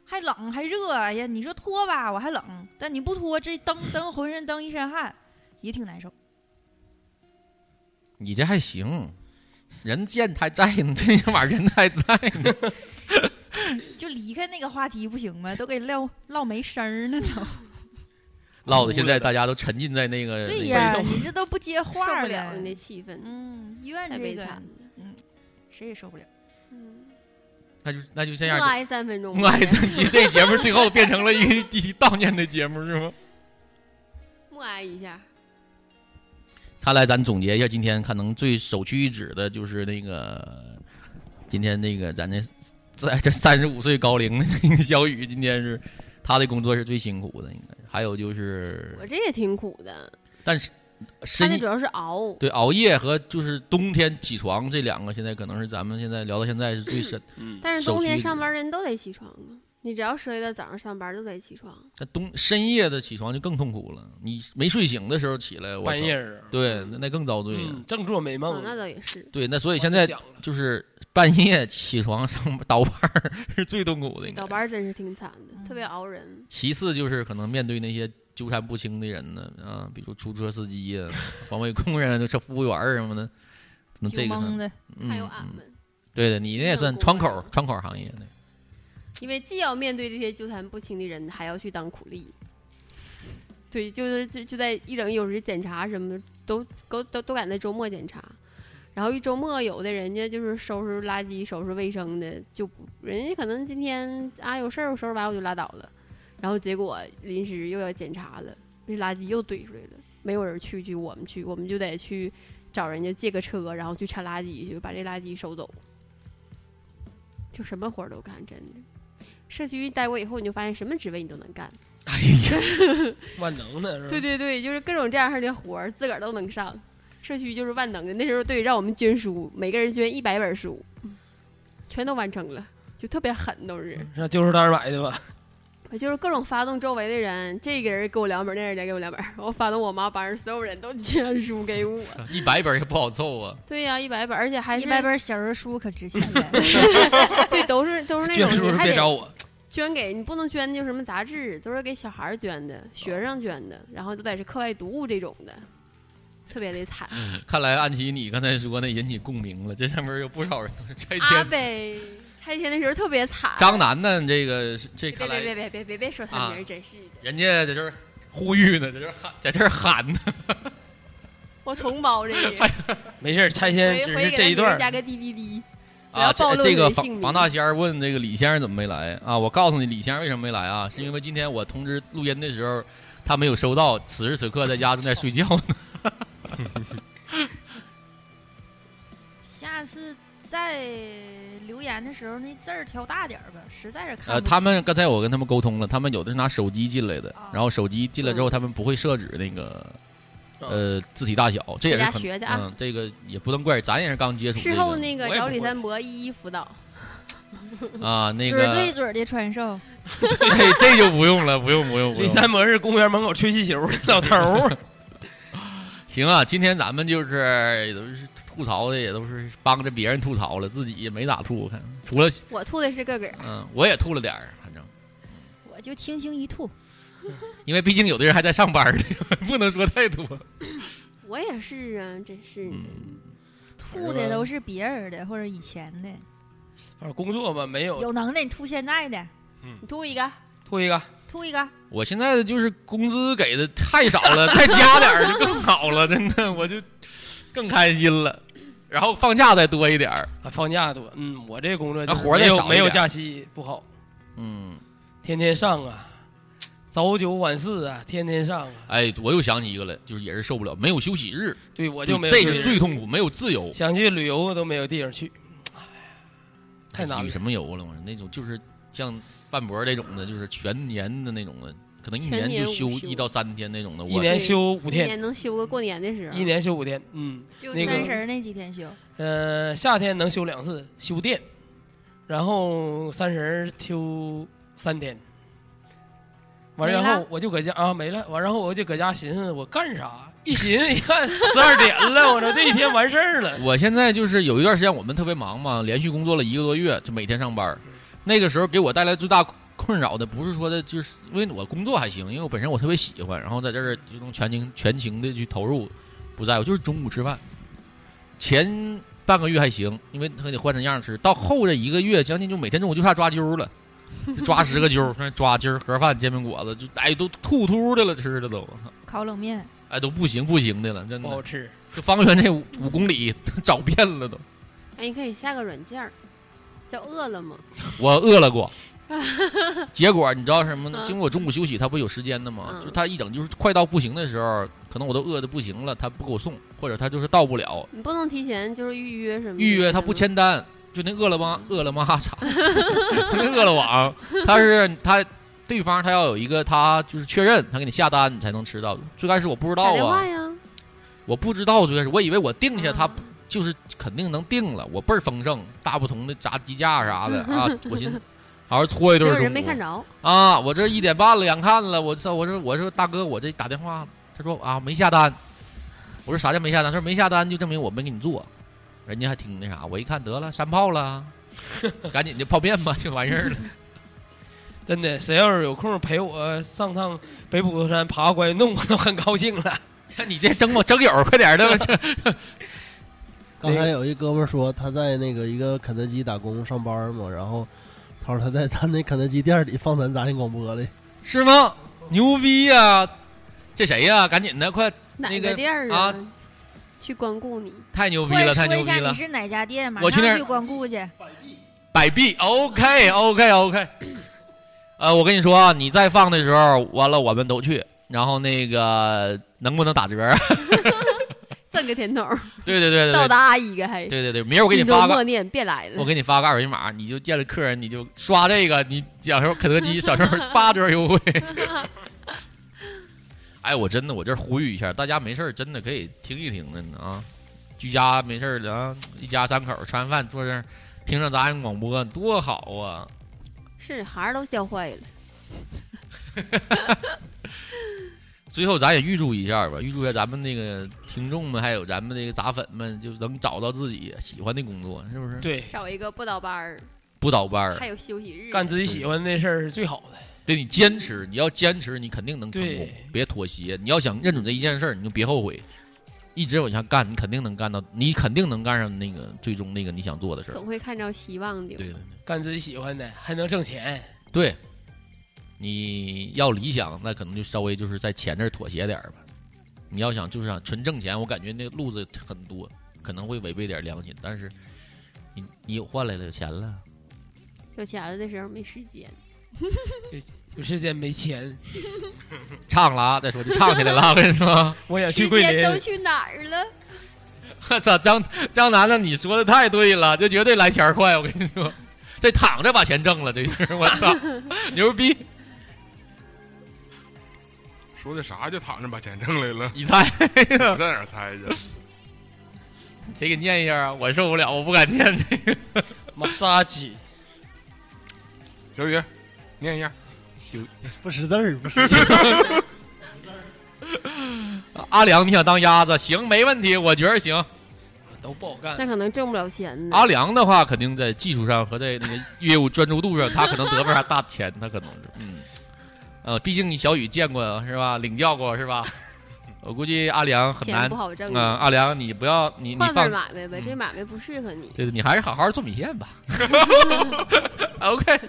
Speaker 13: 还冷还热，哎呀，你说脱吧，我还冷，但你不脱，这蹬蹬浑身蹬一身汗，也挺难受。
Speaker 8: 你这还行，人健还在呢，这起码人还在呢。
Speaker 13: 就离开那个话题不行吗？都给唠唠没声儿呢都。
Speaker 8: 唠的现在大家都沉浸在那个
Speaker 13: 对
Speaker 8: 那
Speaker 13: 呀，
Speaker 8: 个
Speaker 13: 你这都不接话
Speaker 4: 受
Speaker 13: 儿
Speaker 4: 不了那
Speaker 13: 气氛。嗯，医院
Speaker 4: 太
Speaker 13: 这
Speaker 4: 悲
Speaker 13: 个
Speaker 4: 惨，嗯
Speaker 13: 嗯，谁也受不了。
Speaker 8: 那就那就这样
Speaker 4: 默
Speaker 8: 吧。
Speaker 4: 哀三分钟吧，
Speaker 8: 默哀三集，这节目最后变成了一个一期悼念的节目，是吗？
Speaker 4: 默哀一下。
Speaker 8: 看来咱总结一下，今天可能最首屈一指的就是那个，今天那个咱这在这三十五岁高龄的那个小雨，今天是他的工作是最辛苦的，应该还有就是，
Speaker 4: 我这也挺苦的，
Speaker 8: 但是
Speaker 4: 他那
Speaker 8: 深
Speaker 4: 主要是熬。，
Speaker 8: 对熬夜和就是冬天起床这两个，现在可能是咱们现在聊到现在是最深
Speaker 4: 但是冬天上
Speaker 8: 班。
Speaker 4: 班人都得起床啊，你只要睡到早上上班就得起床。
Speaker 8: 那冬深夜的起床就更痛苦了，你没睡醒的时候起来，我
Speaker 9: 半
Speaker 8: 操
Speaker 9: 夜儿
Speaker 8: 对，那那更遭罪了。
Speaker 9: 嗯，正做美
Speaker 4: 啊
Speaker 8: 哦
Speaker 9: 梦，
Speaker 4: 那倒也是。
Speaker 8: 对，那所以现在就是 半夜起床上班倒班儿是嗯最痛苦的，应该。
Speaker 4: 倒班儿真是挺惨的，特别熬人。
Speaker 8: 其次就是可能面对那些纠缠不清的人呢，啊，比如出租车司机呀、环卫工人、啊这服务员儿什么的，那这
Speaker 4: 挺
Speaker 8: 个
Speaker 4: 懵
Speaker 8: 算
Speaker 4: 的，
Speaker 8: 嗯、
Speaker 4: 还有俺们
Speaker 8: 嗯对的，你那也算窗口窗口行业的。
Speaker 4: 因为既要面对这些纠缠不清的人，还要去当苦力。对，就是就就在一整有时检查什么的，都都都都赶在周末检查。然后一周末，有的人家就是收拾垃圾、收拾卫生的，就不人家可能今天啊有事儿，我收拾完我就拉倒了。然后结果临时又要检查了，这垃圾又堆出来了，没有人去，就我们去，我们就得去找人家借个车，然后去铲垃圾去，把这垃圾收走。就什么活儿都干，真的。社区一待过以后，你就发现什么职位你都能干。
Speaker 9: 万能的是
Speaker 8: 嗯
Speaker 9: 吧？
Speaker 4: 对对对，就是各种这样式的活儿，自个儿都能上。社区就是万能的，那时候对，让我们捐书，每个人捐一百本书，全都完成了，就特别狠，都是。
Speaker 8: 嗯
Speaker 9: 上旧书摊儿买的吧？
Speaker 4: 就是各种发动周围的人，这个人给我两本，那人给我两本，我发动我妈班上所有人都捐书给 我。
Speaker 8: 一百本儿也不好凑啊，
Speaker 4: 对呀、一百本，而且还是
Speaker 13: 一百本小人书可值钱 了。
Speaker 4: 对，都是都是那
Speaker 8: 捐
Speaker 4: 种
Speaker 8: 书
Speaker 4: 你
Speaker 8: 是
Speaker 4: 还
Speaker 8: 别
Speaker 4: 得
Speaker 8: 找我
Speaker 4: 捐给你不能捐就什么杂志，都是给小孩儿捐的、学生捐的，然后都得是课外读物这种的，特别的惨。
Speaker 8: 看来安琪你刚才说那引起共鸣了，这上面有不少人都是拆
Speaker 4: 阿
Speaker 8: 迁。
Speaker 4: 北拆迁的时候特别惨。
Speaker 8: 张楠呢？这个
Speaker 4: 别
Speaker 8: 这看
Speaker 4: 别
Speaker 8: 来
Speaker 4: 别别别别别说他名儿，
Speaker 8: 啊
Speaker 4: 真是的，
Speaker 8: 人家在这儿呼吁呢，在这儿喊，在这儿喊呢。
Speaker 4: 我同胞这 个。
Speaker 9: 没事儿，拆
Speaker 4: 回
Speaker 9: 迁只
Speaker 4: 回给
Speaker 9: 是这
Speaker 4: 他
Speaker 9: 一
Speaker 4: 名
Speaker 9: 段
Speaker 4: 儿
Speaker 9: 儿。
Speaker 4: 加个滴滴滴，不
Speaker 8: 啊，
Speaker 4: 要暴
Speaker 8: 这
Speaker 4: 露
Speaker 8: 这
Speaker 4: 你
Speaker 8: 个
Speaker 4: 的
Speaker 8: 房
Speaker 4: 姓名。
Speaker 8: 房大仙儿问这个李先生怎么没来啊？我告诉你，李先生为什么没来啊？是因为今天我通知录音的时候，他没有收到，此时此刻在家正在睡觉 呢。
Speaker 13: 下次再留言的时候，那字儿调大点儿吧，实在是
Speaker 4: 啊
Speaker 13: 看不
Speaker 8: 呃，
Speaker 13: 清
Speaker 8: 他们刚才我跟他们沟通了，他们有的是拿手机进来的，
Speaker 4: 啊
Speaker 8: 然后手机进来
Speaker 4: 嗯
Speaker 8: 之后，他们不会设置那个。
Speaker 9: 嗯
Speaker 8: 呃，字体大小，这也是
Speaker 4: 在家
Speaker 8: 很
Speaker 4: 学的啊
Speaker 8: 嗯，这个也不能怪咱，也是刚接触、这
Speaker 4: 事
Speaker 8: 个。
Speaker 4: 后那个找李三伯一一辅导。
Speaker 8: 啊，那
Speaker 13: 嘴儿对
Speaker 8: 个，
Speaker 13: 嘴儿的传授。
Speaker 8: 这这就不用了，不用不用不
Speaker 9: 李
Speaker 8: 用。
Speaker 9: 三博是公园门口吹气球的老头儿，
Speaker 8: 行啊，今天咱们就是也都是吐槽的，也都是帮着别人吐槽了，自己也没咋吐，我看除了
Speaker 4: 我吐的是个个儿，
Speaker 8: 嗯，我也吐了点儿，反正
Speaker 13: 我就轻轻一吐，
Speaker 8: 因为毕竟有的人还在上班呢， 不能说太多。
Speaker 4: 我也是啊，真是
Speaker 8: 嗯
Speaker 4: 的。
Speaker 13: 吐的都是别人的或者以前的，
Speaker 9: 反正 工作吧没有
Speaker 13: 有能耐你吐现在的，
Speaker 4: 你吐一个，
Speaker 9: 吐一个。啊
Speaker 13: 吐一个。
Speaker 8: 我现在就是工资给的太少了，再加点儿就更好了，真的，我就更开心了。然后放假再多一点儿。
Speaker 9: 啊，放假多，嗯，我这工作
Speaker 8: 那
Speaker 9: 就是
Speaker 8: 活儿再
Speaker 9: 没有
Speaker 8: 少一
Speaker 9: 没有
Speaker 8: 点
Speaker 9: 假期不好，
Speaker 8: 嗯，
Speaker 9: 天天上啊，早九晚四啊，天天上啊，
Speaker 8: 哎，我又想起一个来，就是也是受不了，没有休息日。
Speaker 9: 对，我就没有
Speaker 8: 这
Speaker 9: 休息
Speaker 8: 是
Speaker 9: 日
Speaker 8: 最痛苦，没有自由。
Speaker 9: 想去旅游都没有地方去，太难了
Speaker 8: 哎旅什么游了？我说那种就是像范博这种的，就是全年的那种的，可能一
Speaker 4: 全
Speaker 8: 年
Speaker 4: 年
Speaker 8: 就
Speaker 4: 无
Speaker 8: 休
Speaker 4: 休
Speaker 8: 一到三天那种的。
Speaker 9: 一
Speaker 8: 我
Speaker 9: 年休五
Speaker 4: 一
Speaker 9: 天，
Speaker 4: 年能休个过年的时候，
Speaker 9: 一年休五天，嗯，
Speaker 13: 就
Speaker 9: 那
Speaker 13: 三
Speaker 9: 个
Speaker 13: 十儿那几天休。
Speaker 9: 呃，夏天能休两次，休电，然后三十儿休三天，完
Speaker 13: 没
Speaker 9: 然
Speaker 13: 了
Speaker 9: 后我就搁家啊没了，完然后我就搁家寻思我干啥，一寻思一看十二点了，我说这一天完事儿了，
Speaker 8: 我现在就是有一段时间我们特别忙嘛，连续工作了一个多月，就每天上班儿。那个时候给我带来最大困扰的，不是说的，就是因为我工作还行，因为我本身我特别喜欢，然后在这儿就能全情全情的去投入，不在乎。就是中午吃饭，前半个月还行，因为他得换成样吃，到后这一个月将近就每天中午就差抓阄了。就抓十个阄，那抓今儿盒饭、煎饼果子，就哎都吐突的了，吃的都，我操
Speaker 13: 烤冷面，
Speaker 8: 哎都不行不行的了，真的
Speaker 9: 不好吃。
Speaker 8: 就方圆这五五公里 找遍了都。
Speaker 4: 哎，你可以下个软件儿，叫饿了么。
Speaker 8: 我饿 了过，结果你知道什么呢？
Speaker 4: 嗯
Speaker 8: 因为我中午休息，他不有时间的吗？
Speaker 4: 嗯
Speaker 8: 就他一整就是快到不行的时候，可能我都饿的不行了，他不给我送，或者他就是到不了，
Speaker 4: 你不能提前就是预约什么的？
Speaker 8: 预约他不签单，就那饿了么、
Speaker 4: 嗯
Speaker 8: 饿了么哈查， 那饿了网，他是他对方他要有一个他就是确认，他给你下单你才能吃到。最开始我不知道
Speaker 4: 打电话嗯
Speaker 8: 啊，
Speaker 4: 呀，啊
Speaker 8: 我不知道最开始我以为我定下他就是肯定能定了，我倍儿丰盛，大不同的炸鸡架 啥的啊，我寻思好好搓一
Speaker 4: 结
Speaker 8: 顿
Speaker 4: 果
Speaker 8: 中午。
Speaker 4: 人没看着。
Speaker 8: 啊，我这一点半了，眼看了，我操！我说我说大哥，我这打电话，他说啊没下单，我说啥叫没下单？他说没下单就证明我没给你做，人家还挺那啥，我一看得了，山炮了， 赶紧就泡面吧，就完事儿了。
Speaker 9: 真的，谁要是有空陪我上趟北普陀山爬关云洞，我都很高兴了。
Speaker 8: 看你这整我整友，快点的！
Speaker 12: 刚才有一哥们儿说他在那个一个肯德基打工上班嘛，然后他说他在他那肯德基店里放咱杂音广播嘞，
Speaker 8: 是吗？牛逼呀、这谁呀、赶紧的，快
Speaker 4: 哪
Speaker 8: 那
Speaker 4: 个店儿
Speaker 8: 啊！？
Speaker 4: 去光顾 你。
Speaker 8: 太牛逼
Speaker 13: 或者
Speaker 8: 了，太
Speaker 13: 说
Speaker 8: 牛
Speaker 13: 一
Speaker 8: 逼
Speaker 13: 下
Speaker 8: 了
Speaker 13: 你！是哪家店，马
Speaker 8: 我去那
Speaker 13: 上
Speaker 8: 儿
Speaker 13: 去光顾去。
Speaker 8: 百币，OK OK OK。呃，我跟你说啊，你再放的时候，完了我们都去。然后那个能不能打折？
Speaker 4: 赠个甜筒儿，
Speaker 8: 对对对
Speaker 4: 到
Speaker 8: 对对，
Speaker 4: 达一个还。
Speaker 8: 对对对，明儿哎我给你
Speaker 4: 心中
Speaker 8: 发
Speaker 4: 默
Speaker 8: 个，
Speaker 4: 念别来了。
Speaker 8: 我给你发个二维码，你就见了客人你就刷这个，你享受肯德基享受 八折优惠。哎，我真的，我这儿呼吁一下，大家没事儿真的可以听一听，真的啊，居家没事儿的啊，一家三口儿吃完饭坐这儿听上杂音广播多好啊！
Speaker 4: 是孩儿都教坏了。
Speaker 8: 最后咱也预祝一下吧，预祝一下咱们那个听众们，还有咱们这个杂粉们，就能找到自己喜欢的工作，是不是？
Speaker 9: 对，
Speaker 4: 找一个不倒班儿，
Speaker 8: 不倒班儿
Speaker 4: 还，有休息日。
Speaker 9: 干自己喜欢的事儿是最好的。
Speaker 8: 对你坚持，你要坚持，你肯定能成功
Speaker 9: 对，
Speaker 8: 别妥协。你要想认准这一件事儿，你就别后悔，一直往下干，你肯定能干到，你肯定能干上那个最终那个你想做的事儿
Speaker 4: 总。会看着希望的。
Speaker 8: 对对对
Speaker 9: 干自己喜欢的，还能挣钱。
Speaker 8: 对，你要理想，那可能就稍微就是在钱这儿妥协点儿吧。你要想就是想纯挣钱，我感觉那路子很多，可能会违背点良心，但是你你有换来了有钱了，
Speaker 4: 有钱了的时候没时间，
Speaker 9: 有时间没钱，
Speaker 8: 唱了啊，再说就唱起来了，我跟你说，
Speaker 9: 我想去
Speaker 4: 时
Speaker 9: 桂
Speaker 4: 间都
Speaker 9: 林。
Speaker 4: 去哪儿了？
Speaker 8: 我操，张张楠楠，你说的太对了，这绝对来钱儿快，我跟你说，这躺着把钱挣了，这是我 操，牛逼！
Speaker 10: 说的啥就躺着把钱挣来了？
Speaker 8: 你猜？
Speaker 10: 我在哪儿猜去？
Speaker 8: 谁给念一下啊？我受不了，我不敢念这个。
Speaker 9: 马杀鸡，
Speaker 10: 小雨，念一下。
Speaker 12: 不识字儿，不识字儿。
Speaker 8: 阿良，你想当鸭子？行，没问题，我觉得行。
Speaker 4: 嗯
Speaker 9: 都不好
Speaker 4: 那
Speaker 9: 干。
Speaker 4: 可能挣不了钱呢。
Speaker 8: 阿良的话，肯定在技术上和在那个业务专注度上，他可能得不上大钱，他可能是，嗯，呃，毕竟你小雨见过是吧？领教过是吧？我估计阿良很
Speaker 4: 钱
Speaker 8: 难，
Speaker 4: 不好挣
Speaker 8: 嗯、阿良你不要你你
Speaker 4: 换份
Speaker 8: 放嗯
Speaker 4: 儿，买卖呗，这买卖不适合你。
Speaker 8: 对对，你还是好好做米线吧。OK，